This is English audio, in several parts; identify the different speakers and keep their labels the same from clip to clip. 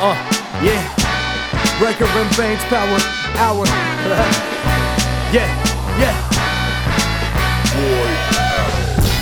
Speaker 1: Uh, yeah. Breaker and Bane's power hour. yeah, yeah.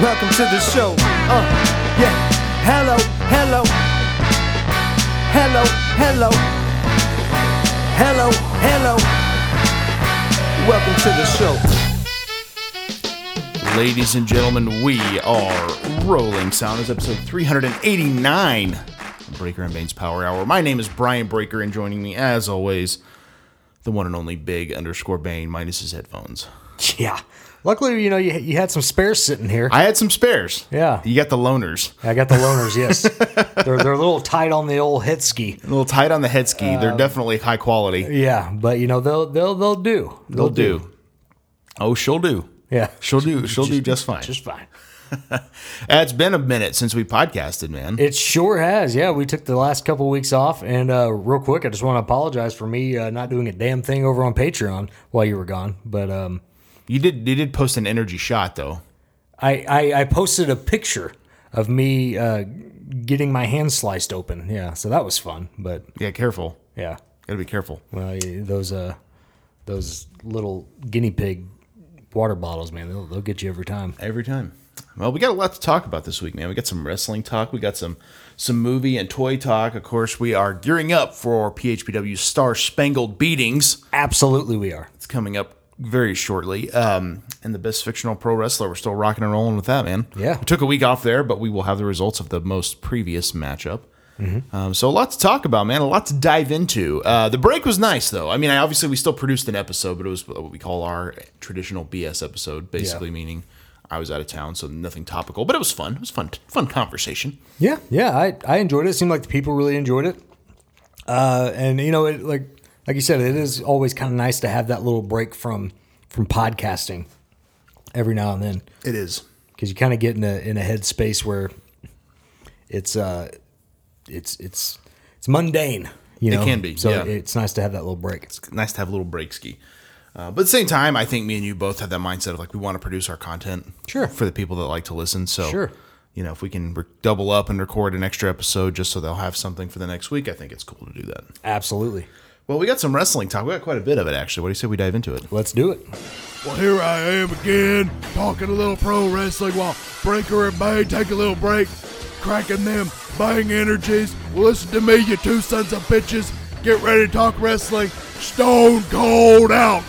Speaker 1: Welcome to the show. Uh, yeah. Hello, hello. Hello, hello. Hello, hello. Welcome to the show.
Speaker 2: Ladies and gentlemen, we are Rolling Sound. It's episode 389 of Breaker and Bane's Power Hour. My name is Brian Breaker, and joining me, as always, the one and only Big underscore Bane minus his headphones.
Speaker 1: Yeah. Luckily, you know, you, you had some spares sitting here.
Speaker 2: I had some spares.
Speaker 1: Yeah.
Speaker 2: You got the loners.
Speaker 1: I got the loners, yes. they're, they're a little tight on the old head ski.
Speaker 2: A little tight on the head ski. They're definitely high quality.
Speaker 1: Uh, Yeah, but you know, they'll they'll they'll do.
Speaker 2: They'll do. Oh, she'll do.
Speaker 1: Yeah.
Speaker 2: She'll do. She'll do just fine.
Speaker 1: Just fine.
Speaker 2: it's been a minute since we podcasted, man.
Speaker 1: It sure has. Yeah, we took the last couple weeks off, and uh, real quick, I just want to apologize for me uh, not doing a damn thing over on Patreon while you were gone. But um,
Speaker 2: You did. You did post an energy shot though.
Speaker 1: I, I I posted a picture of me uh, getting my hand sliced open. Yeah, so that was fun. But
Speaker 2: Yeah, careful.
Speaker 1: yeah,
Speaker 2: Gotta be careful.
Speaker 1: well, y- those uh those little guinea pig water bottles, man, they'll, they'll get you every time.
Speaker 2: Every time. Well, we got a lot to talk about this week, man. We got some wrestling talk. We got some some movie and toy talk. Of course, we are gearing up for PHPW Star Spangled Beatings.
Speaker 1: Absolutely, we are.
Speaker 2: It's coming up very shortly. Um, and the best fictional pro wrestler. We're still rocking and rolling with that, man.
Speaker 1: Yeah.
Speaker 2: We took a week off there, but we will have the results of the most previous matchup. Um, so a lot to talk about, man. A lot to dive into. Uh, the break was nice, though. I mean, I obviously we still produced an episode, but it was what we call our traditional BS episode, basically meaning I was out of town, so nothing topical. But it was fun. It was fun, fun conversation.
Speaker 1: Yeah, yeah, I, I enjoyed it. It seemed like the people really enjoyed it. Uh, and you know, it like like you said, it is always kind of nice to have that little break from from podcasting every now and then
Speaker 2: It is.
Speaker 1: because you kind of get in a in a headspace where it's uh it's it's it's mundane. You
Speaker 2: It
Speaker 1: know?
Speaker 2: can be,
Speaker 1: So
Speaker 2: yeah.
Speaker 1: it's nice to have that little break.
Speaker 2: it's nice to have a little break ski. Uh, but at the same time, I think me and you both have that mindset of like we want to produce our content
Speaker 1: Sure.
Speaker 2: for the people that like to listen. So
Speaker 1: Sure.
Speaker 2: you know, if we can re- double up and record an extra episode just so they'll have something for the next week, I think it's cool to do that.
Speaker 1: Absolutely.
Speaker 2: Well, we got some wrestling talk. We got quite a bit of it actually. What do you say we dive into it?
Speaker 1: Let's do it.
Speaker 3: Well, here I am again, talking a little pro wrestling while Breaker and Bane take a little break, cracking them bang energies. Well, listen to me, you two sons of bitches. Get ready to talk wrestling. Stone cold out.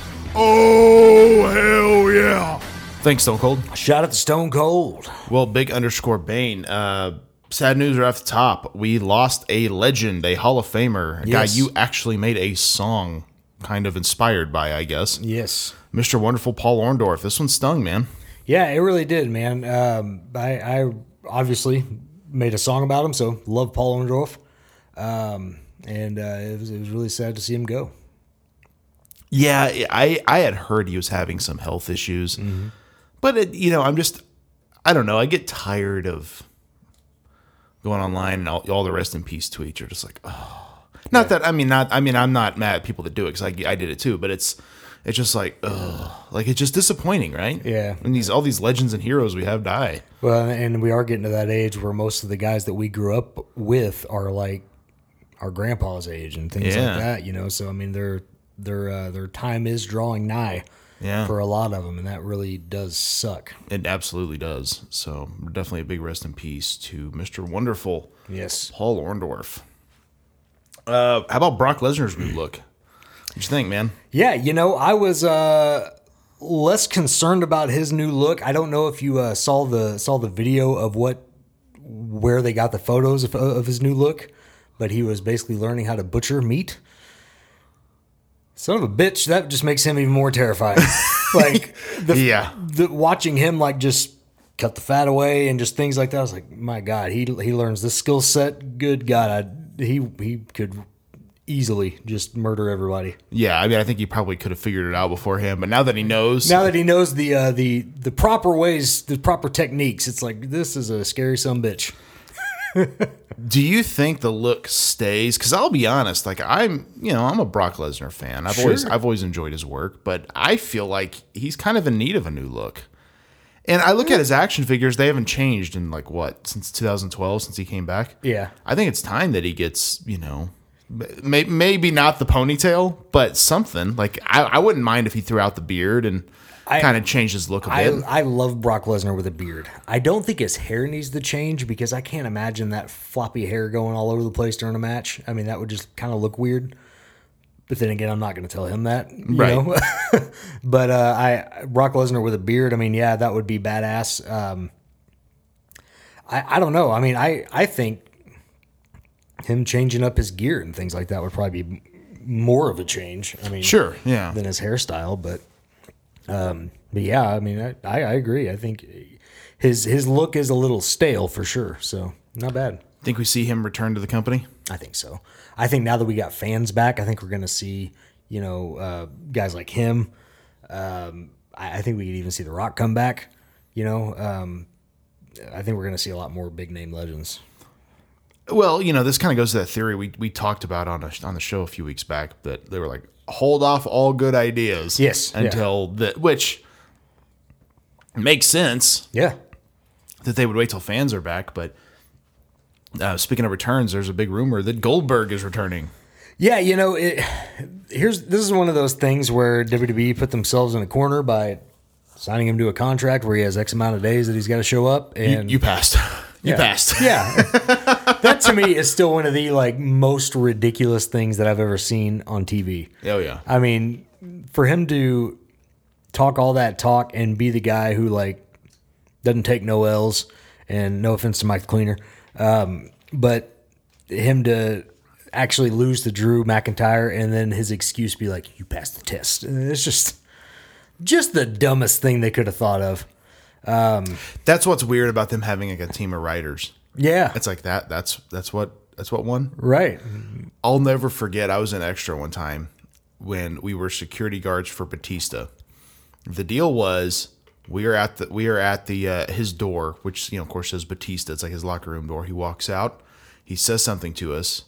Speaker 3: Oh, hell yeah.
Speaker 2: Thanks, Stone Cold.
Speaker 1: Shout out to Stone Cold.
Speaker 2: Well, big underscore Bane. Uh, sad news right off the top. We lost a legend, a Hall of Famer, a
Speaker 1: Yes.
Speaker 2: guy you actually made a song kind of inspired by, I guess.
Speaker 1: Yes.
Speaker 2: Mr. Wonderful Paul Orndorff. This one stung, man.
Speaker 1: Yeah, it really did, man. Um, I, I obviously made a song about him, so love Paul Orndorff. Um, and uh, it, was, it was really sad to see him go.
Speaker 2: Yeah, I I had heard he was having some health issues,
Speaker 1: Mm-hmm.
Speaker 2: but it, you know, I'm just I don't know. I get tired of going online and all, all the rest in peace tweets are just like, oh, not that I mean, not I mean, I'm not mad at people that do it because I, I did it too, but it's it's just like, oh, like it's just disappointing, right?
Speaker 1: Yeah.
Speaker 2: and these all these legends and heroes we have die.
Speaker 1: Well, and we are getting to that age where most of the guys that we grew up with are like our grandpa's age and things
Speaker 2: Yeah.
Speaker 1: like that, you know. So I mean, their their uh, their time is drawing nigh,
Speaker 2: Yeah.
Speaker 1: for a lot of them, and that really does suck.
Speaker 2: It absolutely does. So definitely a big rest in peace to Mr. Wonderful
Speaker 1: Yes.
Speaker 2: Paul Orndorff. Uh, how about Brock Lesnar's new look? What you think, man?
Speaker 1: Yeah, you know, I was uh, less concerned about his new look. I don't know if you uh, saw the saw the video of what where they got the photos of, of his new look, but he was basically learning how to butcher meat. Son of a bitch, that just makes him even more terrifying. like the,
Speaker 2: Yeah.
Speaker 1: the watching him like just cut the fat away and just things like that. I was like, my god, he he learns this skill set. Good god, I, he he could easily just murder everybody.
Speaker 2: Yeah, I mean, I think he probably could have figured it out beforehand, but now that he knows,
Speaker 1: Now that he knows the uh, the the proper ways, the proper techniques, it's like this is a scary some bitch.
Speaker 2: do you think the look stays? Because I'll be honest, like I'm, you know, I'm a Brock Lesnar fan. I've always, I've always enjoyed his work, but I feel like he's kind of in need of a new look. And I look at his action figures; they haven't changed in like what since 2012, since he came back.
Speaker 1: Yeah.
Speaker 2: I think it's time that he gets, you know, may, maybe not the ponytail, but something. Like I, I wouldn't mind if he threw out the beard and
Speaker 1: I-
Speaker 2: kind of changed his look a
Speaker 1: I,
Speaker 2: bit.
Speaker 1: I love Brock Lesnar with a beard. I don't think his hair needs to change because I can't imagine that floppy hair going all over the place during a match. I mean, that would just kind of look weird. But then again, I'm not going to tell him that, you
Speaker 2: Right.
Speaker 1: know? but uh, I Brock Lesnar with a beard. I mean, yeah, that would be badass. Um, I I don't know. I mean, I I think him changing up his gear and things like that would probably be m- more of a change. I mean,
Speaker 2: sure, yeah.
Speaker 1: than his hairstyle. But, um, but yeah, I mean, I, I, I agree. I think his his look is a little stale for sure. So not bad.
Speaker 2: Think we see him return to the company?
Speaker 1: I think so. I think now that we got fans back, I think we're gonna see you know uh, guys like him. Um, I, I think we could even see The Rock come back. You know, um, I think we're gonna see a lot more big name legends.
Speaker 2: Well, you know, this kind of goes to that theory we, we talked about on a, on the show a few weeks back that they were like, hold off all good ideas.
Speaker 1: Yes, yeah.
Speaker 2: Until the, which makes sense
Speaker 1: Yeah.
Speaker 2: that they would wait till fans are back. But uh, speaking of returns, there's a big rumor that Goldberg is returning.
Speaker 1: Yeah, you know, it, here's this is one of those things where WWE put themselves in a corner by signing him to a contract where he has X amount of days that he's got to show up,
Speaker 2: You,
Speaker 1: and
Speaker 2: you passed. You passed.
Speaker 1: yeah, that to me is still one of the like most ridiculous things that I've ever seen on TV.
Speaker 2: Oh, yeah.
Speaker 1: I mean, for him to talk all that talk and be the guy who like doesn't take no L's, and no offense to Mike the Cleaner, um, but him to actually lose to Drew McIntyre and then his excuse be like, "You passed the test." It's just, just the dumbest thing they could have thought of.
Speaker 2: That's what's weird about them having like a team of writers.
Speaker 1: Yeah,
Speaker 2: It's like that. That's that's what that's what won.
Speaker 1: right.
Speaker 2: I'll never forget. I was an extra one time when we were security guards for Batista. The deal was we are at the we are at the uh, his door, which you know of course says Batista. It's like his locker room door. He walks out. He says something to us.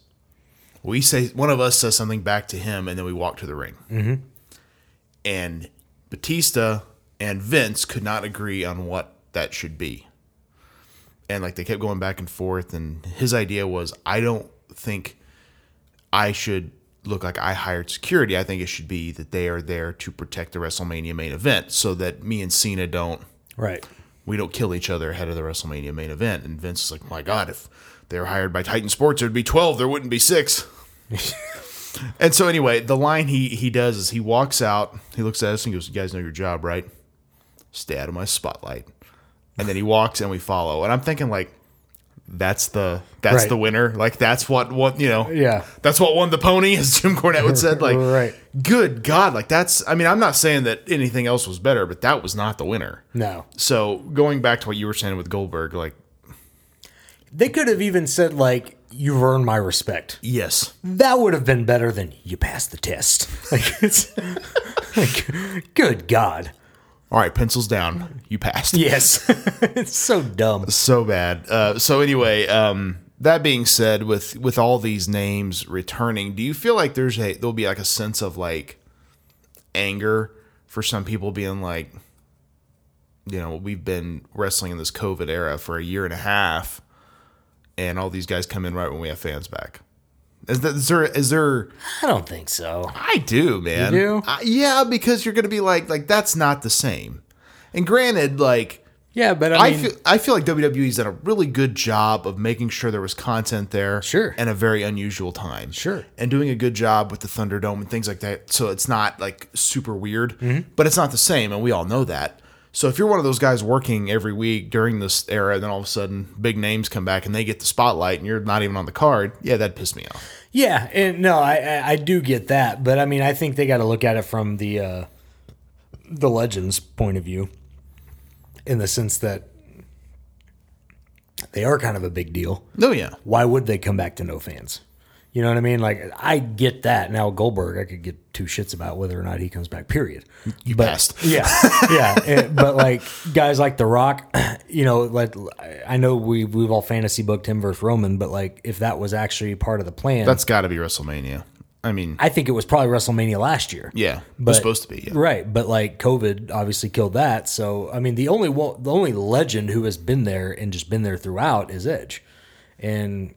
Speaker 2: We say one of us says something back to him, and then we walk to the ring. Mm-hmm. And Batista and Vince could not agree on what that should be and like they kept going back and forth and his idea was i don't think i should look like i hired security i think it should be that they are there to protect the wrestlemania main event so that me and cena don't
Speaker 1: Right.
Speaker 2: we don't kill each other ahead of the wrestlemania main event and vince is like my god if they were hired by titan sports there'd be 12 there wouldn't be 6 and so anyway the line he he does is he walks out he looks at us and goes you guys know your job right stay out of my spotlight and then he walks and we follow and i'm thinking like that's the that's
Speaker 1: Right.
Speaker 2: the winner like that's what what you know
Speaker 1: Yeah.
Speaker 2: that's what won the pony as jim cornette would said like
Speaker 1: Right.
Speaker 2: good god like that's i mean i'm not saying that anything else was better but that was not the winner
Speaker 1: No.
Speaker 2: so going back to what you were saying with goldberg like
Speaker 1: They could have even said like, "You've earned my respect."
Speaker 2: yes
Speaker 1: That would have been better than you passed the test. Like, it's, like good God.
Speaker 2: all right pencils down you passed
Speaker 1: Yes. it's so dumb.
Speaker 2: so bad. Uh, so anyway, um, that being said, with with all these names returning, do you feel like there's a there'll be like a sense of like anger for some people being like, you know, we've been wrestling in this COVID era for a year and a half, and all these guys come in right when we have fans back. Is, that, is there is there?
Speaker 1: I don't think so.
Speaker 2: I do, man.
Speaker 1: do?
Speaker 2: I- yeah, because you're gonna be like like that's not the same. And granted, like
Speaker 1: Yeah, but I,
Speaker 2: I,
Speaker 1: mean,
Speaker 2: feel I feel like WWE's done a really good job of making sure there was content there,
Speaker 1: Sure.
Speaker 2: and a very unusual time,
Speaker 1: Sure.
Speaker 2: and doing a good job with the Thunderdome and things like that. So it's not like super weird,
Speaker 1: Mm-hmm.
Speaker 2: but it's not the same, and we all know that. So if you're one of those guys working every week during this era, then all of a sudden big names come back and they get the spotlight, and you're not even on the card. Yeah, that pissed me off.
Speaker 1: yeah, and no, I, I I do get that, but I mean, I think they got to look at it from the uh, the legends point of view, in the sense that they are kind of a big deal.
Speaker 2: No, yeah,
Speaker 1: Why would they come back to no fans? You know what I mean? Like, I get that. Now Goldberg, I could get two shits about whether or not he comes back. Period.
Speaker 2: you passed.
Speaker 1: Yeah, yeah. And- but like guys like The Rock, you know, like I know we we've all fantasy booked him versus Roman, but like if that was actually part of the plan,
Speaker 2: That's got to be WrestleMania. I mean,
Speaker 1: I think it was probably WrestleMania last year.
Speaker 2: yeah, it
Speaker 1: but-
Speaker 2: was supposed to be. Yeah.
Speaker 1: Right, but like COVID obviously killed that. So I mean, the only one, the only legend who has been there and just been there throughout is Edge, and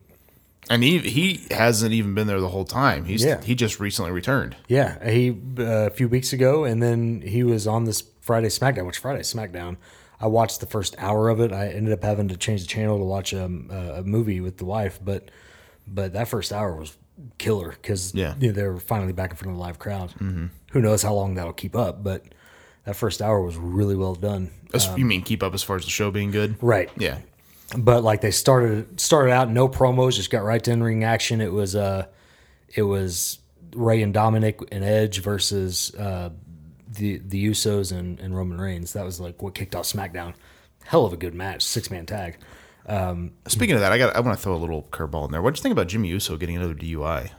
Speaker 2: And he he hasn't even been there the whole time. He's
Speaker 1: Yeah.
Speaker 2: he just recently returned.
Speaker 1: Yeah, he uh, a few weeks ago, and then he was on this Friday SmackDown, which Friday SmackDown. I watched the first hour of it. I ended up having to change the channel to watch um, a, a movie with the wife, but but that first hour was killer because
Speaker 2: Yeah.
Speaker 1: they were finally back in front of a live crowd. Mm-hmm. Who knows how long that'll keep up, but that first hour was really well done.
Speaker 2: As- you mean keep up as far as the show being good?
Speaker 1: Right,
Speaker 2: Yeah.
Speaker 1: but like they started started out no promos, just got right to in ring action. It was uh, it was Ray and Dominic and Edge versus uh, the the Usos and, and Roman Reigns. That was like what kicked off SmackDown. Hell of a good match, six man tag.
Speaker 2: Speaking of that, I got I want to throw a little curveball in there. What'd you think about Jimmy Uso getting another DUI?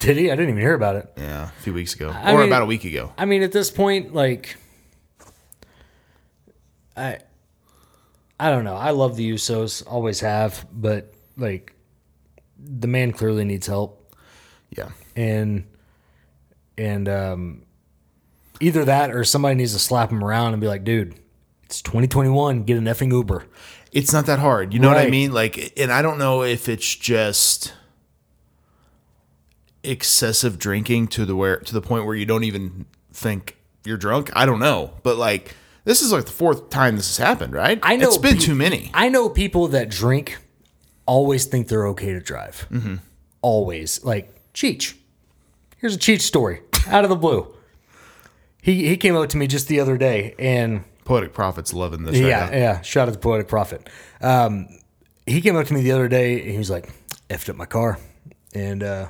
Speaker 1: Did he? I didn't even hear about it.
Speaker 2: Yeah, a few weeks ago,
Speaker 1: I
Speaker 2: or
Speaker 1: mean-
Speaker 2: about a week ago.
Speaker 1: I mean, at this point, like, I, I don't know. I love the Usos, always have, but like, the man clearly needs help.
Speaker 2: Yeah.
Speaker 1: and and um, either that or somebody needs to slap him around and be like, dude, it's 2021, get an effing Uber.
Speaker 2: It's not that hard. You know what I
Speaker 1: Right.
Speaker 2: mean? Like, and I don't know if it's just excessive drinking to the where to the point where you don't even think you're drunk. I don't know, but like this is like the fourth time this has happened, right?
Speaker 1: I know
Speaker 2: it's been
Speaker 1: pe-
Speaker 2: too many.
Speaker 1: I know people that drink always think they're okay to drive. Always like Cheech. Here's a Cheech story out of the blue. He he came up to me just the other day and.
Speaker 2: Poetic Prophet's loving this.
Speaker 1: yeah,
Speaker 2: right now.
Speaker 1: yeah. Shout out to Poetic Prophet. Um, he came up to me the other day and he was like, effed up my car. And uh,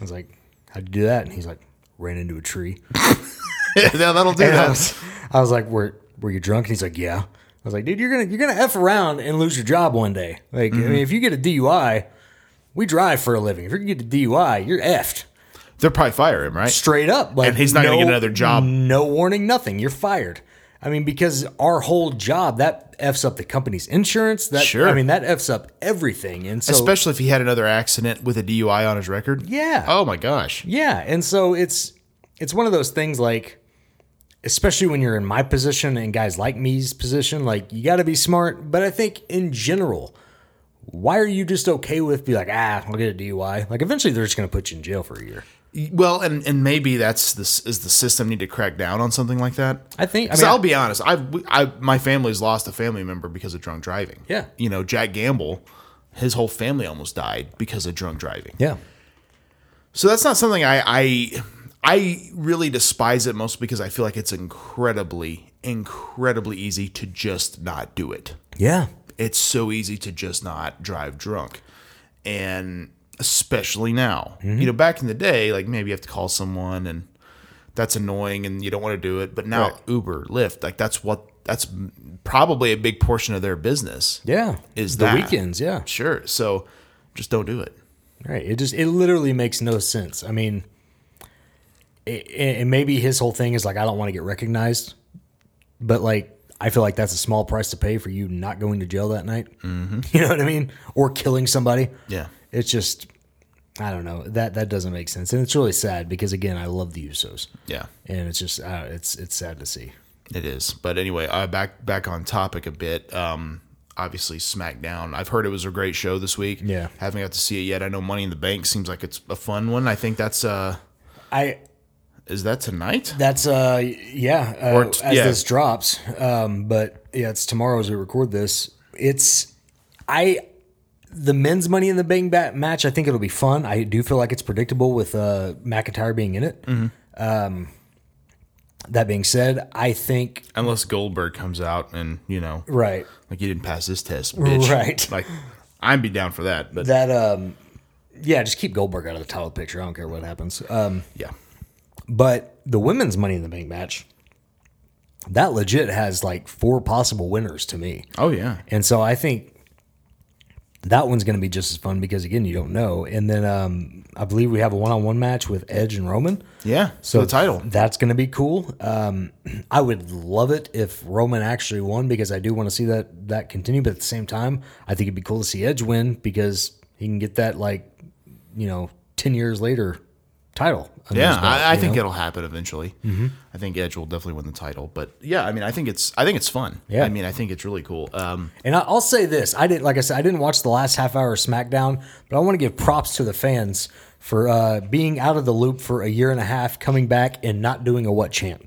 Speaker 1: I was like, how'd you do that? And he's like, ran into a tree.
Speaker 2: yeah, that'll do
Speaker 1: And I,
Speaker 2: that.
Speaker 1: was, I was like, were, were you drunk? And he's like, yeah. I was like, dude, you're gonna you're gonna f around and lose your job one day. Like, I mean, if you get a DUI, we drive for a living. If you get a DUI, you're effed
Speaker 2: They'll probably fire him, right?
Speaker 1: straight up. Like,
Speaker 2: And he's not gonna get another job.
Speaker 1: No warning, nothing. You're fired. I mean, because our whole job that f's up the company's insurance. That
Speaker 2: Sure.
Speaker 1: I mean, that f's up everything. And so,
Speaker 2: Especially if he had another accident with a DUI on his record.
Speaker 1: yeah,
Speaker 2: Oh my gosh.
Speaker 1: yeah. And so it's it's one of those things like. Especially when you're in my position and guys like me's position, like you got to be smart. But I think in general, why are you just okay with be like, ah, I'll get a DUI? Like eventually they're just going to put you in jail for a year.
Speaker 2: Well, and and maybe that's this is the system need to crack down on something like that.
Speaker 1: I think. I
Speaker 2: so
Speaker 1: mean,
Speaker 2: I'll be honest. I, I my family's lost a family member because of drunk driving.
Speaker 1: Yeah.
Speaker 2: You know, Jack Gamble, his whole family almost died because of drunk driving.
Speaker 1: yeah,
Speaker 2: So that's not something I I I really despise it mostly because I feel like it's incredibly incredibly easy to just not do it.
Speaker 1: yeah,
Speaker 2: it's so easy to just not drive drunk and especially now
Speaker 1: Mm-hmm.
Speaker 2: you know back in the day like maybe you have to call someone and that's annoying and you don't want to do it but now uber lyft like that's what that's probably a big portion of their business
Speaker 1: yeah.
Speaker 2: is
Speaker 1: the
Speaker 2: that.
Speaker 1: weekends? Yeah,
Speaker 2: sure so just don't do it
Speaker 1: Right. It just it literally makes no sense. I mean, it, and maybe his whole thing is like I don't want to get recognized, but like I feel like that's a small price to pay for you not going to jail that night. Mm-hmm. You know what I mean? Or killing somebody.
Speaker 2: yeah
Speaker 1: It's just I don't know that that doesn't make sense, and it's really sad because again I love the Usos,
Speaker 2: yeah
Speaker 1: and it's just uh, it's it's sad to see.
Speaker 2: It is. But anyway, uh, back back on topic a bit. Um, obviously SmackDown. I've heard it was a great show this week.
Speaker 1: Yeah.
Speaker 2: haven't got to see it yet. I know Money in the Bank seems like it's a fun one. I think that's uh,
Speaker 1: I
Speaker 2: is that tonight?
Speaker 1: that's uh yeah uh,
Speaker 2: Or t-
Speaker 1: as
Speaker 2: yeah.
Speaker 1: this drops, um, but yeah, it's tomorrow as we record this. It's I the men's Money in the Bank bat match. I think it'll be fun. I do feel like it's predictable with uh, McIntyre being in it.
Speaker 2: Mm-hmm.
Speaker 1: Um, that being said, I think
Speaker 2: Unless Goldberg comes out and you know,
Speaker 1: right
Speaker 2: like you didn't pass this test, bitch.
Speaker 1: Right.
Speaker 2: Like I'd be down for that, but
Speaker 1: that um yeah, just keep Goldberg out of the title picture. I don't care what happens. Um,
Speaker 2: yeah,
Speaker 1: But the women's Money in the Bank match, that legit has like four possible winners to me.
Speaker 2: oh yeah,
Speaker 1: And so I think that one's going to be just as fun because, again, you don't know. And then um, I believe we have a one on one match with Edge and Roman.
Speaker 2: yeah. So the title,
Speaker 1: That's going to be cool. Um, I would love it if Roman actually won because I do want to see that that continue. But at the same time, I think it'd be cool to see Edge win because he can get that like you know ten years later title. under
Speaker 2: Yeah,
Speaker 1: his belt,
Speaker 2: I, I
Speaker 1: you
Speaker 2: think
Speaker 1: know? Mm-hmm.
Speaker 2: it'll happen eventually. I think Edge will definitely win the title, but yeah, I mean, I think it's I think it's fun.
Speaker 1: Yeah.
Speaker 2: I mean, I think it's really cool. Um,
Speaker 1: And I- I'll say this: I didn't, like I said, I didn't watch the last half hour of SmackDown, but I want to give props to the fans for uh, being out of the loop for a year and a half, coming back and not doing a what chant.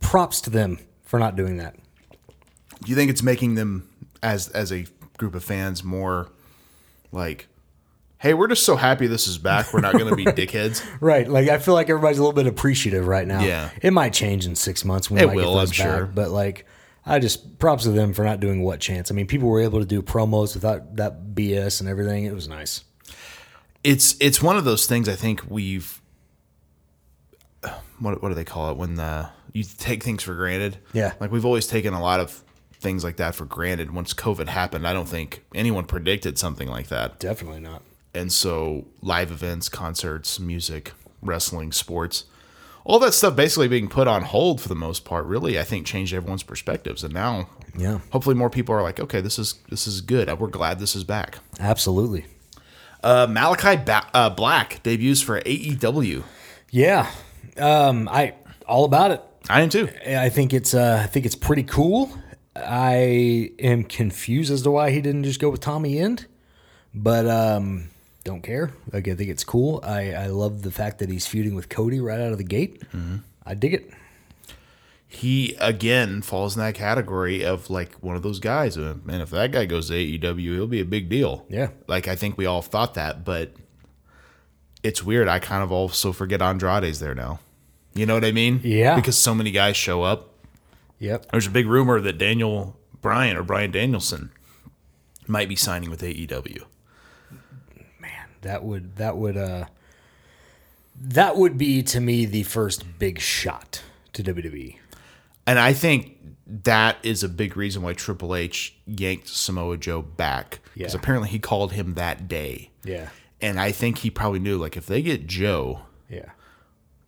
Speaker 1: Props to them for not doing that.
Speaker 2: do you think it's making them as as a group of fans more like, hey, we're just so happy this is back. We're not going to be dickheads.
Speaker 1: Right, like I feel like everybody's a little bit appreciative right now.
Speaker 2: Yeah.
Speaker 1: it might change in six months. When
Speaker 2: It
Speaker 1: we might
Speaker 2: will,
Speaker 1: get those
Speaker 2: I'm sure.
Speaker 1: back, But like, I just props to them for not doing what chants. I mean, people were able to do promos without that BS and everything. It was nice.
Speaker 2: It's it's one of those things. I think we've what what do they call it when the you take things for granted?
Speaker 1: Yeah.
Speaker 2: like we've always taken a lot of things like that for granted. Once COVID happened, I don't think anyone predicted something like that.
Speaker 1: Definitely not.
Speaker 2: and so live events, concerts, music, wrestling, sports, all that stuff basically being put on hold for the most part. Really, I think changed everyone's perspectives, and now,
Speaker 1: Yeah.
Speaker 2: hopefully, more people are like, okay, this is this is good. We're glad this is back.
Speaker 1: Absolutely.
Speaker 2: Uh, Malachi ba- uh, Black debuts for E AEW.
Speaker 1: Yeah, um, I all about it.
Speaker 2: I am too.
Speaker 1: I think it's uh, I think it's pretty cool. I am confused as to why he didn't just go with Tommy End, but um, don't care. Like, I think it's cool. I, I love the fact that he's feuding with Cody right out of the gate. I dig it.
Speaker 2: He again falls in that category of like one of those guys. uh, Man, if that guy goes to AEW, it'll be a big deal.
Speaker 1: Yeah.
Speaker 2: like I think we all thought that, but it's weird. I kind of also forget Andrade's there now. You know what I mean?
Speaker 1: Yeah.
Speaker 2: Because so many guys show up.
Speaker 1: Yep.
Speaker 2: There's a big rumor that Daniel Bryan or Brian Danielson might be signing with E AEW.
Speaker 1: That would that would uh, that would be to me the first big shot to E. WWE.
Speaker 2: And I think that is a big reason why Triple H yanked Samoa Joe back. Because
Speaker 1: Yeah.
Speaker 2: apparently he called him that day.
Speaker 1: Yeah.
Speaker 2: And I think he probably knew, like, if they get Joe,
Speaker 1: Yeah.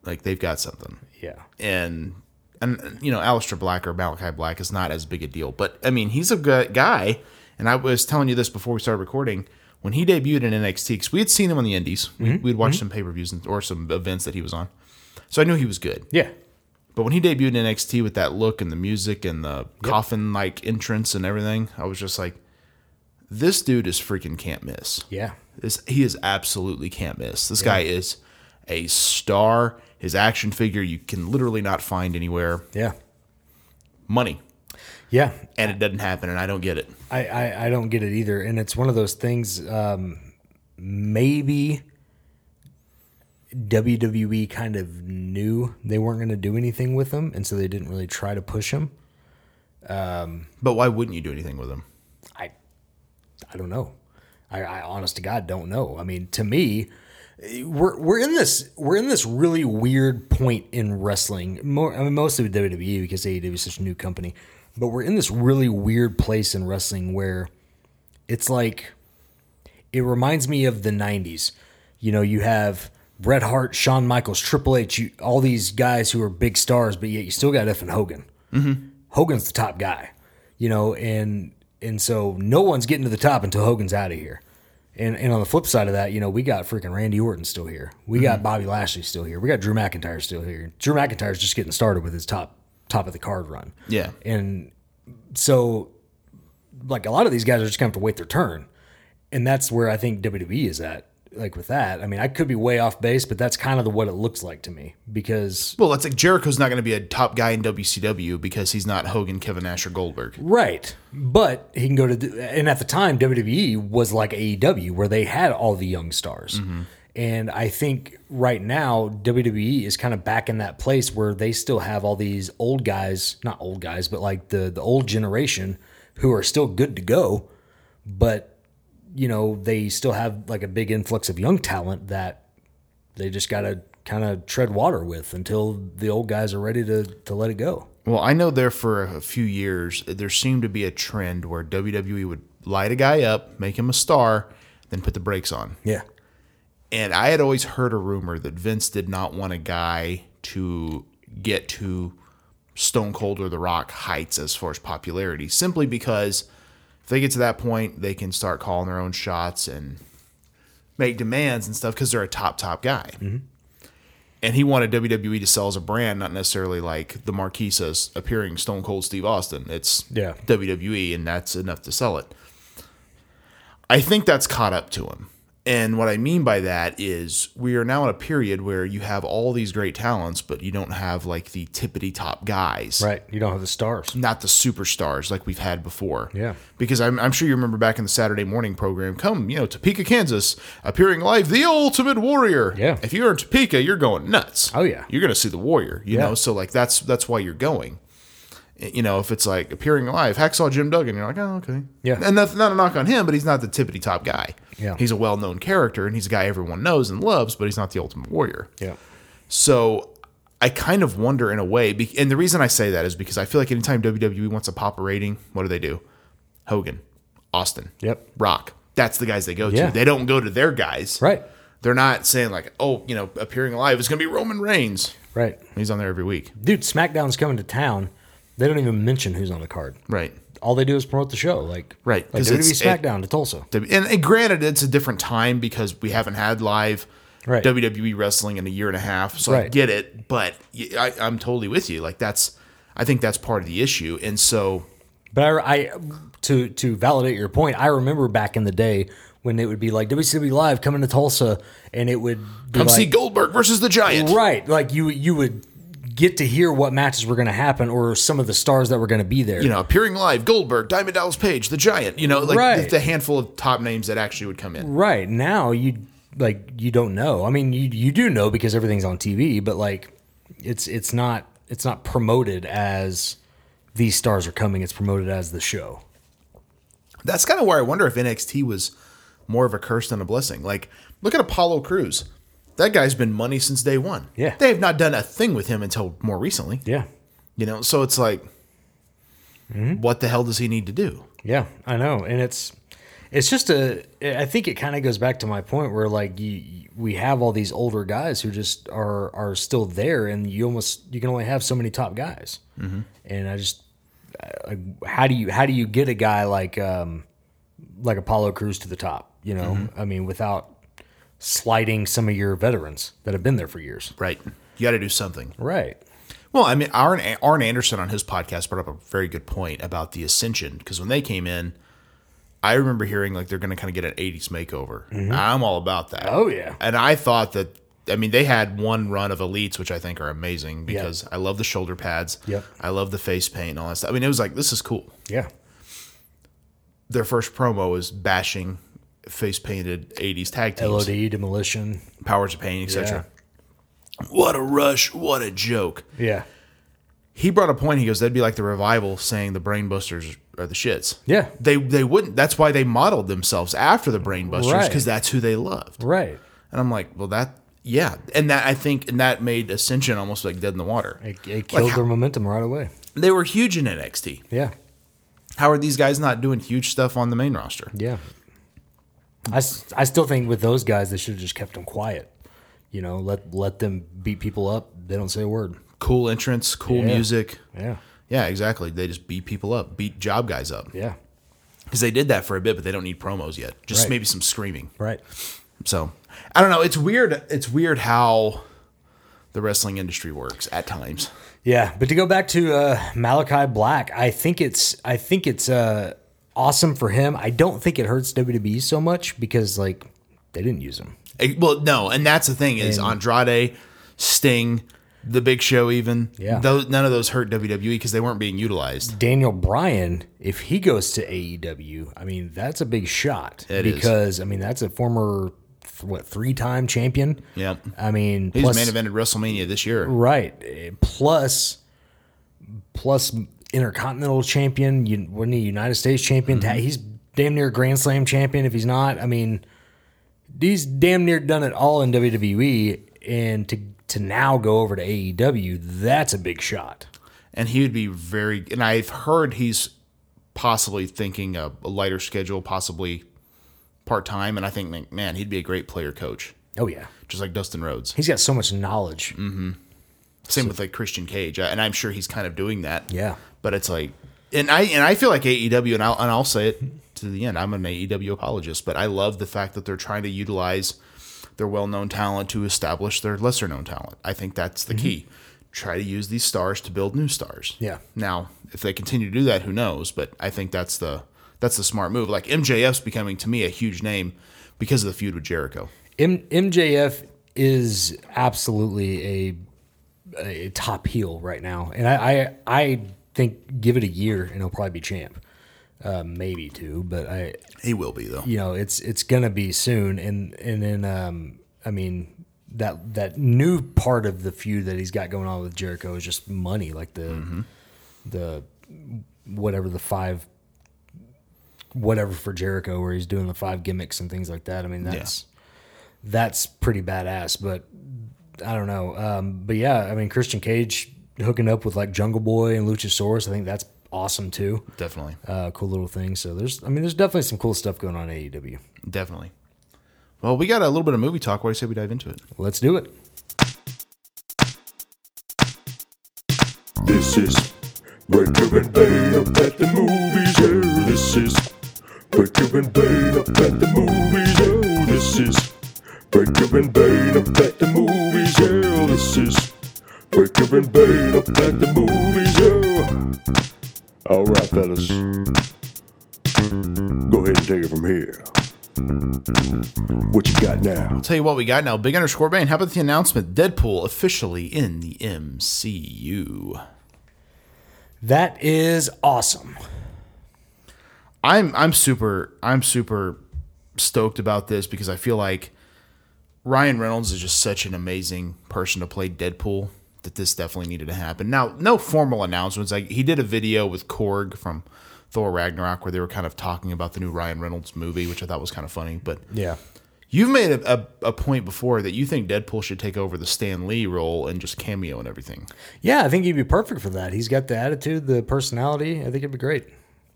Speaker 2: like, they've got something.
Speaker 1: Yeah.
Speaker 2: and and you know Alistair Black or Malachi Black is not as big a deal, but I mean he's a good guy. And I was telling you this before we started recording when he debuted in NXT because we had seen him on the Indies, we,
Speaker 1: Mm-hmm.
Speaker 2: we'd watched some pay per views or some events that he was on, so I knew he was good.
Speaker 1: Yeah.
Speaker 2: But when he debuted in NXT with that look and the music and the coffin like entrance and everything, I was just like, this dude is freaking can't miss.
Speaker 1: Yeah.
Speaker 2: This he is absolutely can't miss. This guy is a star. His action figure you can literally not find anywhere.
Speaker 1: Yeah.
Speaker 2: Money.
Speaker 1: Yeah.
Speaker 2: And it doesn't happen and I don't get it.
Speaker 1: I, I, I don't get it either. And it's one of those things, um, maybe WWE kind of knew they weren't going to do anything with him. And so they didn't really try to push him.
Speaker 2: But why wouldn't you do anything with him?
Speaker 1: I, I don't know. I, I honest to God don't know. I mean, to me, we're we're in this we're in this really weird point in wrestling. More, I mean, mostly with WWE because AEW is such a new company, but we're in this really weird place in wrestling where it's like it reminds me of the '90s. You know, you have Bret Hart, Shawn Michaels, Triple H, you, all these guys who are big stars, but yet you still got F and Hogan. Hogan's the top guy, you know, and and so no one's getting to the top until Hogan's out of here. And and on the flip side of that, you know, we got freaking Randy Orton still here. We got Bobby Lashley still here. We got Drew McIntyre still here. Drew McIntyre's just getting started with his top top of the card run.
Speaker 2: Yeah.
Speaker 1: And so like a lot of these guys are just going to have to wait their turn, and that's where I think WWE is at. Like with that, I mean, I could be way off base, but that's kind of the, what it looks like to me because
Speaker 2: Well, it's like Jericho's not going to be a top guy in WCW because he's not Hogan, Kevin Nash, or Goldberg.
Speaker 1: Right. But he can go to, and at the time, WWE was like AEW, where they had all the young stars. And I think right now, WWE is kind of back in that place where they still have all these old guys, not old guys, but like the, the old generation who are still good to go. But, you know, they still have like a big influx of young talent that they just got to kind of tread water with until the old guys are ready to, to let it go.
Speaker 2: Well, I know there for a few years, there seemed to be a trend where WWE would light a guy up, make him a star, then put the brakes on.
Speaker 1: Yeah.
Speaker 2: And I had always heard a rumor that Vince did not want a guy to get to Stone Cold or The Rock heights as far as popularity, simply because if they get to that point, they can start calling their own shots and make demands and stuff because they're a top, top guy. And he wanted WWE to sell as a brand, not necessarily like the marquee says appearing Stone Cold Steve Austin. It's
Speaker 1: Yeah.
Speaker 2: WWE, and that's enough to sell it. I think that's caught up to him. And what I mean by that is we are now in a period where you have all these great talents, but you don't have like the tippity top guys
Speaker 1: Right. You don't have the stars.
Speaker 2: not the superstars like we've had before.
Speaker 1: Yeah.
Speaker 2: Because I'm, I'm sure you remember back in the Saturday morning program, come, you know, Topeka, Kansas, appearing live, the ultimate warrior.
Speaker 1: Yeah.
Speaker 2: If you're in Topeka, you're going nuts.
Speaker 1: Oh, yeah.
Speaker 2: You're gonna see the warrior, you
Speaker 1: Yeah.
Speaker 2: know. So like that's that's why you're going. You know, if it's like appearing live, hacksaw Jim Duggan, you're like, oh, okay.
Speaker 1: Yeah.
Speaker 2: And that's not a knock on him, but he's not the tippity top guy.
Speaker 1: Yeah.
Speaker 2: He's a well known character and he's a guy everyone knows and loves, but he's not the ultimate warrior.
Speaker 1: Yeah.
Speaker 2: So I kind of wonder in a way, be- and the reason I say that is because I feel like anytime WWE wants a pop rating, what do they do? Hogan, Austin,
Speaker 1: Yep.
Speaker 2: Rock. That's the guys they go
Speaker 1: Yeah.
Speaker 2: to. They don't go to their guys.
Speaker 1: Right.
Speaker 2: They're not saying like, oh, you know, appearing live is going to be Roman Reigns.
Speaker 1: Right.
Speaker 2: He's on there every week.
Speaker 1: Dude, SmackDown's coming to town. They don't even mention who's on the card.
Speaker 2: Right.
Speaker 1: All they do is promote the show. Like,
Speaker 2: Right,
Speaker 1: Like
Speaker 2: 'cause
Speaker 1: WWE
Speaker 2: it's- it-
Speaker 1: SmackDown to Tulsa.
Speaker 2: And, and granted, it's a different time because we haven't had live
Speaker 1: Right.
Speaker 2: WWE wrestling in a year and a half. So I
Speaker 1: Right.
Speaker 2: get it, but y- I, am totally with you. Like that's, I think that's part of the issue. And so,
Speaker 1: But I, I to to validate your point, I remember back in the day when it would be like WCW Live coming to Tulsa, and it would be
Speaker 2: come
Speaker 1: like,
Speaker 2: see Goldberg versus the Giant.
Speaker 1: right, like you you would get to hear what matches were going to happen or some of the stars that were going to be there.
Speaker 2: you know, appearing live, Goldberg, Diamond Dallas Page, The Giant, you know, like
Speaker 1: Right.
Speaker 2: the, the handful of top names that actually would come in.
Speaker 1: Right now, you like you don't know. I mean, you you do know because everything's on TV, but like it's it's not it's not promoted as these stars are coming. It's promoted as the show.
Speaker 2: That's kind of where I wonder if NXT was more of a curse than a blessing. Like, look at Apollo Cruz. That guy's been money since day one.
Speaker 1: Yeah.
Speaker 2: They have not done a thing with him until more recently,
Speaker 1: Yeah,
Speaker 2: you know? So it's like,
Speaker 1: Mm-hmm.
Speaker 2: what the hell does he need to do?
Speaker 1: yeah, I know, and it's it's just a. I think it kind of goes back to my point where like you, we have all these older guys who just are are still there, and you almost you can only have so many top guys, mm-hmm. and I just like how do you how do you get a guy like um like Apollo Crews to the top? You know, I mean, without slighting some of your veterans that have been there for years.
Speaker 2: Right. You got to do something.
Speaker 1: Right.
Speaker 2: Well, I mean, Arn, Arn Anderson on his podcast brought up a very good point about the Ascension because when they came in, I remember hearing like they're going to kind of get an 80s makeover. I'm all about that.
Speaker 1: Mm-hmm. Oh, yeah.
Speaker 2: And I thought that, I mean, they had one run of elites, which I think are amazing because I love the shoulder pads.
Speaker 1: Yep.
Speaker 2: I love the face paint and all that stuff. I mean, it was like, this is cool.
Speaker 1: Yeah.
Speaker 2: Their first promo was bashing face painted 80s tag teams
Speaker 1: LOD demolition.
Speaker 2: powers of pain, etc. What a rush! What a joke!
Speaker 1: Yeah.
Speaker 2: He brought a point. He goes, "That'd be like the revival saying the Brainbusters are the shits."
Speaker 1: Yeah.
Speaker 2: they they wouldn't. That's why they modeled themselves after the Brainbusters
Speaker 1: Right.
Speaker 2: because that's who they loved.
Speaker 1: Right.
Speaker 2: And I'm like, well, that yeah, and that I think and that made Ascension almost like dead in the water.
Speaker 1: It, it killed
Speaker 2: how-
Speaker 1: their momentum right away.
Speaker 2: They were huge in NXT.
Speaker 1: Yeah.
Speaker 2: How are these guys not doing huge stuff on the main roster?
Speaker 1: Yeah. I, s- I still think with those guys, they should have just kept them quiet. You know, let let them beat people up. They don't say a word.
Speaker 2: Cool entrance, cool
Speaker 1: Yeah.
Speaker 2: music.
Speaker 1: Yeah.
Speaker 2: Yeah, exactly. They just beat people up, beat job guys up.
Speaker 1: Yeah.
Speaker 2: Because they did that for a bit, but they don't need promos yet. Just
Speaker 1: Right.
Speaker 2: maybe some screaming.
Speaker 1: Right.
Speaker 2: So I don't know. It's weird. It's weird how the wrestling industry works at times.
Speaker 1: Yeah, but to go back to uh, Malachi Black, I think it's I think it's uh, awesome for him. I don't think it hurts WWE so much because like they didn't use him.
Speaker 2: Eh, Well, no, and that's the thing is Andrade, Sting, The Big Show, even
Speaker 1: Yeah.
Speaker 2: those, none of those hurt WWE because they weren't being utilized.
Speaker 1: Daniel Bryan, if he goes to AEW, I mean that's a big shot
Speaker 2: It is.
Speaker 1: because I mean that's a former th- what three time champion.
Speaker 2: Yeah,
Speaker 1: I mean
Speaker 2: he's
Speaker 1: plus-
Speaker 2: main evented WrestleMania this year.
Speaker 1: Right. Eh, Plus, plus intercontinental champion, you wasn't he United States champion? Ta- He's damn near Grand Slam champion. If he's not, I mean, he's damn near done it all in WWE, and to to now go over to AEW, that's a big shot.
Speaker 2: and he would be very. And I've heard he's possibly thinking a, a lighter schedule, possibly part time. And I think, like, man, he'd be a great player coach,
Speaker 1: Oh yeah,
Speaker 2: just like Dustin Rhodes.
Speaker 1: he's got so much knowledge.
Speaker 2: Same with like Christian Cage, I- and I'm sure he's kind of doing that.
Speaker 1: Yeah.
Speaker 2: but it's like, and I and I feel like AEW, and I'll and I'll say it to the end. I'm an AEW apologist, but I love the fact that they're trying to utilize their well-known talent to establish their lesser-known talent. I think that's the key. Try to use these stars to build new stars.
Speaker 1: Yeah.
Speaker 2: Now, if they continue to do that, who knows? But I think that's the that's the smart move. Like MJF's becoming to me a huge name because of the feud with Jericho.
Speaker 1: M- MJF is absolutely a, a top heel right now, and I, I I think give it a year and he'll probably be champ, uh, maybe two, but I
Speaker 2: He will be though.
Speaker 1: you know it's it's gonna be soon, and and then um, I mean that that new part of the feud that he's got going on with Jericho is just money, like the the whatever the five whatever for Jericho where he's doing the five gimmicks and things like that. I mean that's that's pretty badass, but I don't know. Um, but yeah, I mean Christian Cage hooking up with like Jungle Boy and Luchasaurus, I think that's awesome too.
Speaker 2: Definitely.
Speaker 1: Uh, cool little thing. So there's, I mean, there's definitely some cool stuff going on E at AEW.
Speaker 2: Definitely. Well, we got a little bit of movie talk. Why do you say we dive into it?
Speaker 1: Let's do it.
Speaker 4: This is what you've been paying up at the movies. Yeah, this is what you've been paying up at the movies. Yeah, this is what you've been paying up at the movies. Yeah, this is what you've been paying up at the movies. Yeah. All right, fellas, go ahead and take it from here. What you got now?
Speaker 2: Tell you what we got now. Big underscore Bane. How about the announcement? Deadpool officially in the MCU.
Speaker 1: That is awesome.
Speaker 2: I'm I'm super I'm super stoked about this because I feel like Ryan Reynolds is just such an amazing person to play Deadpool that this definitely needed to happen. Now, no formal announcements. Like he did a video with Korg from Thor Ragnarok where they were kind of talking about the new Ryan Reynolds movie, which I thought was kind of funny. But
Speaker 1: Yeah.
Speaker 2: you've made a, a, a point before that you think Deadpool should take over the Stan Lee role and just cameo and everything.
Speaker 1: Yeah, I think he'd be perfect for that. He's got the attitude, the personality. I think it'd be great.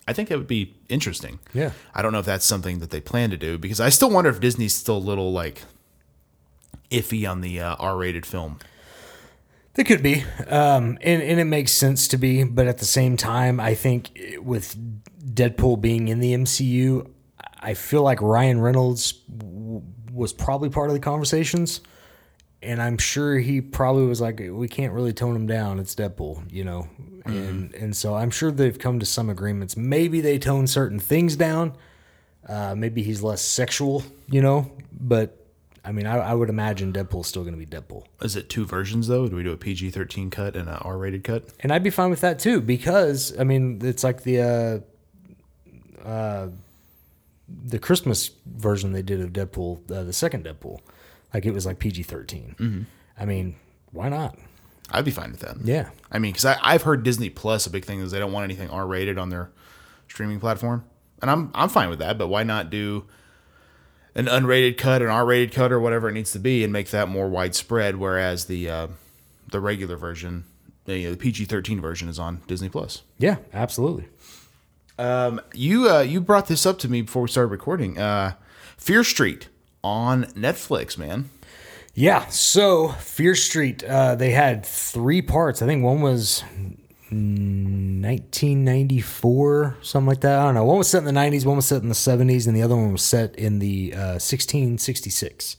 Speaker 2: I think that would be interesting.
Speaker 1: Yeah.
Speaker 2: I don't know if that's something that they plan to do because I still wonder if Disney's still a little like iffy on the uh, R-rated film.
Speaker 1: It could be, um, and and it makes sense to be, but at the same time, I think it- with Deadpool being in the MCU, I feel like Ryan Reynolds w- was probably part of the conversations, and I'm sure he probably was like, "We can't really tone him down. It's Deadpool," you know, and and so I'm sure they've come to some agreements. Maybe they tone certain things down. Uh, maybe he's less sexual, you know, but. I mean, I, I would imagine Deadpool's still going to be Deadpool.
Speaker 2: Is it two versions though? Do we do a PG-13 cut and an R-rated cut?
Speaker 1: and I'd be fine with that too because I mean it's like the uh, uh, the Christmas version they did of Deadpool, uh, the second Deadpool, like it was like PG 13 I mean, why not?
Speaker 2: I'd be fine with that.
Speaker 1: Yeah,
Speaker 2: I mean, because I've heard Disney Plus a big thing is they don't want anything R-rated on their streaming platform, and I'm I'm fine with that. But why not do an unrated cut, an R-rated cut, or whatever it needs to be, and make that more widespread? Whereas the uh, the regular version, you know, the PG-13 version, is on Disney Plus.
Speaker 1: yeah, absolutely.
Speaker 2: You uh, you brought this up to me before we started recording. Uh, Fear Street on Netflix, man.
Speaker 1: Yeah, so Fear Street, uh, they had three parts. I think one was 1994, something like that. I don't know. One was set in the 90s, one was set in the 70s, and the other one was set in the uh, 1666.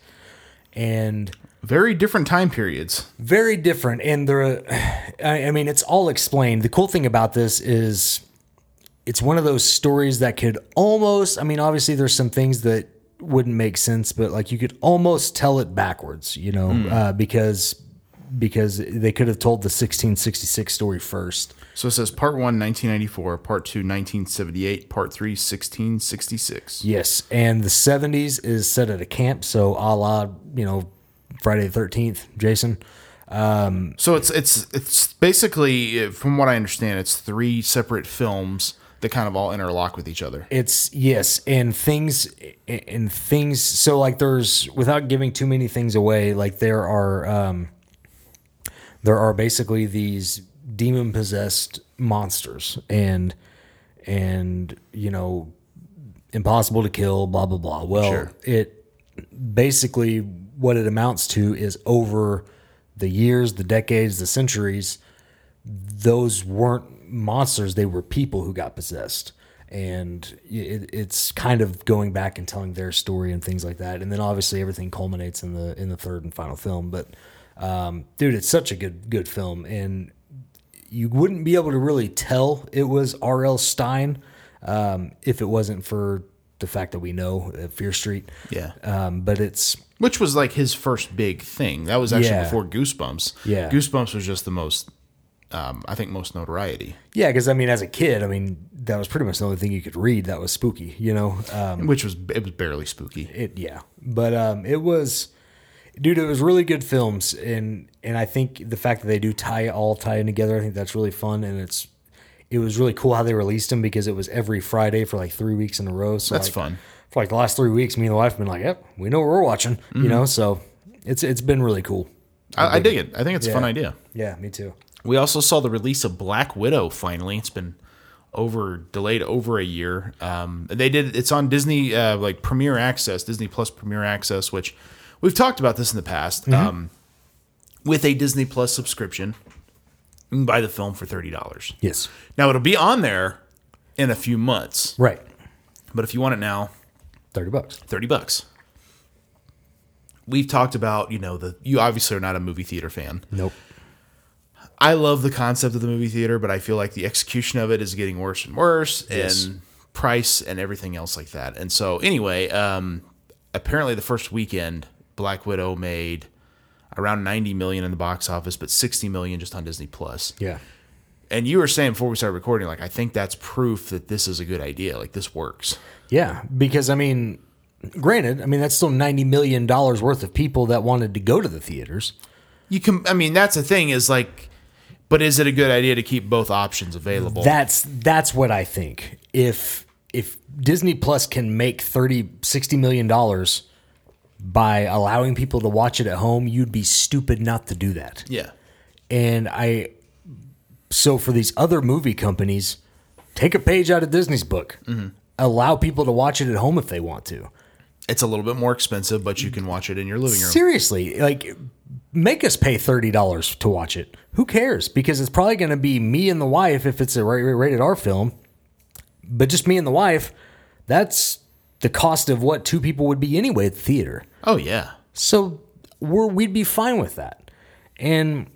Speaker 1: And
Speaker 2: Very different time periods.
Speaker 1: very different and they're I, I mean it's all explained the cool thing about this is it's one of those stories that could almost, I mean, obviously there's some things that wouldn't make sense, but like you could almost tell it backwards, you know, uh, because because they could have told the 1666 story first.
Speaker 2: So it says part one, 1994, part two, 1978, part three, 1666.
Speaker 1: Yes, and the 70s is set at a camp, so a la you know Friday the 13th, Jason.
Speaker 2: So it's it's it's basically, uh, from what I understand, it's three separate films that kind of all interlock with each other.
Speaker 1: It's yes, and things and things. So like, there's without giving too many things away. Like there are um, there are basically these demon possessed monsters, and and you know impossible to kill, blah blah blah. Well, it basically what it amounts to is over the years, the decades, the centuries, those weren't monsters; they were people who got possessed. And it, it's kind of going back and telling their story and things like that. And then obviously everything culminates in the in the third and final film. But um, dude, it's such a good good film, and you wouldn't be able to really tell it was R.L. Stein um, if it wasn't for the fact that we know uh, Fear Street.
Speaker 2: Yeah.
Speaker 1: Um, but it's
Speaker 2: Uh, Which was like his first big thing. That was actually
Speaker 1: Yeah.
Speaker 2: before Goosebumps.
Speaker 1: Yeah.
Speaker 2: Goosebumps was just the most, um, I think, most notoriety,
Speaker 1: yeah, because I mean, as a kid, I mean, that was pretty much the only thing you could read that was spooky. You know, um,
Speaker 2: which was it was barely spooky.
Speaker 1: it yeah, but um, it was. Dude, it was really good films, and and I think the fact that they do tie all tie in together, I think that's really fun, and it's it was really cool how they released them because it was every Friday for like three weeks in a row. So
Speaker 2: That's
Speaker 1: like,
Speaker 2: fun.
Speaker 1: for like the last three weeks, me and the wife have been like, "Yep, we know what we're watching,"
Speaker 2: Mm-hmm.
Speaker 1: you know. So it's it's been really cool.
Speaker 2: I, I dig it. I think it's a fun
Speaker 1: Yeah.
Speaker 2: idea.
Speaker 1: Yeah, me too.
Speaker 2: We also saw the release of Black Widow. Finally, it's been over delayed over a year. Um, they did. It's on Disney uh, like Premier Access, Disney Plus Premier Access, which we've talked about this in the past. Um, with a Disney Plus subscription, you can buy the film for thirty dollars.
Speaker 1: Yes,
Speaker 2: Now it'll be on there in a few months,
Speaker 1: right.
Speaker 2: but if you want it now,
Speaker 1: Thirty bucks.
Speaker 2: 30 bucks. We've talked about, you know, the you obviously are not a movie theater fan.
Speaker 1: Nope.
Speaker 2: I love the concept of the movie theater, but I feel like the execution of it is getting worse and worse and price and everything else like that. And so anyway, um apparently the first weekend Black Widow made around 90 million in the box office, but 60 million just on Disney Plus.
Speaker 1: Yeah.
Speaker 2: And you were saying before we started recording like I think that's proof that this is a good idea, like this works.
Speaker 1: Yeah, because I mean, granted, I mean that's still ninety million dollars worth of people that wanted to go to the theaters.
Speaker 2: You can. I mean, that's the thing is like, but is it a good idea to keep both options available?
Speaker 1: That's that's what I think. If if Disney Plus can make 30 60 million dollars by allowing people to watch it at home, you'd be stupid not to do that.
Speaker 2: yeah.
Speaker 1: And I, so for these other movie companies, take a page out of Disney's book. Allow people to watch it at home if they want to.
Speaker 2: It's a little bit more expensive, but you can watch it in your living room.
Speaker 1: Seriously, like make us pay thirty dollars to watch it. Who cares? Because it's probably going to be me and the wife if it's a ra- ra- rated R film. But just me and the wife, that's the cost of what two people would be anyway at the theater.
Speaker 2: oh yeah.
Speaker 1: So we're, we'd be fine with that. And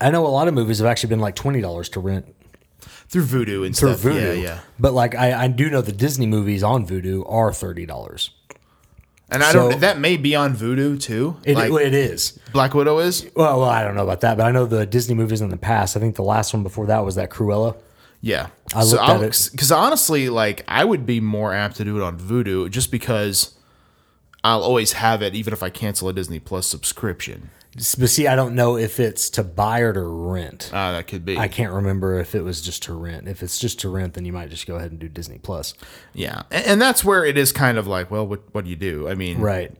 Speaker 1: I know a lot of movies have actually been like twenty dollars to rent
Speaker 2: Through Voodoo and
Speaker 1: for
Speaker 2: stuff.
Speaker 1: Voodoo.
Speaker 2: Yeah, yeah.
Speaker 1: But like I, I do know the Disney movies on Voodoo are thirty dollars.
Speaker 2: And I
Speaker 1: So-
Speaker 2: don't. That may be on Voodoo too.
Speaker 1: It,
Speaker 2: like
Speaker 1: it is.
Speaker 2: Black Widow is.
Speaker 1: Well, well, I don't know about that, but I know the Disney movies in the past. I think the last one before that was that Cruella.
Speaker 2: Yeah.
Speaker 1: I
Speaker 2: so
Speaker 1: looked at it.
Speaker 2: Because honestly, like I would be more apt to do it on Voodoo just because I'll always have it, even if I cancel a Disney Plus subscription.
Speaker 1: S- But see, I don't know if it's to buy or to rent.
Speaker 2: Uh, that could be.
Speaker 1: I can't remember if it was just to rent. If it's just to rent, then you might just go ahead and do Disney Plus.
Speaker 2: yeah. And, and that's where it is kind of like, well, what, what do you do? I mean,
Speaker 1: Right.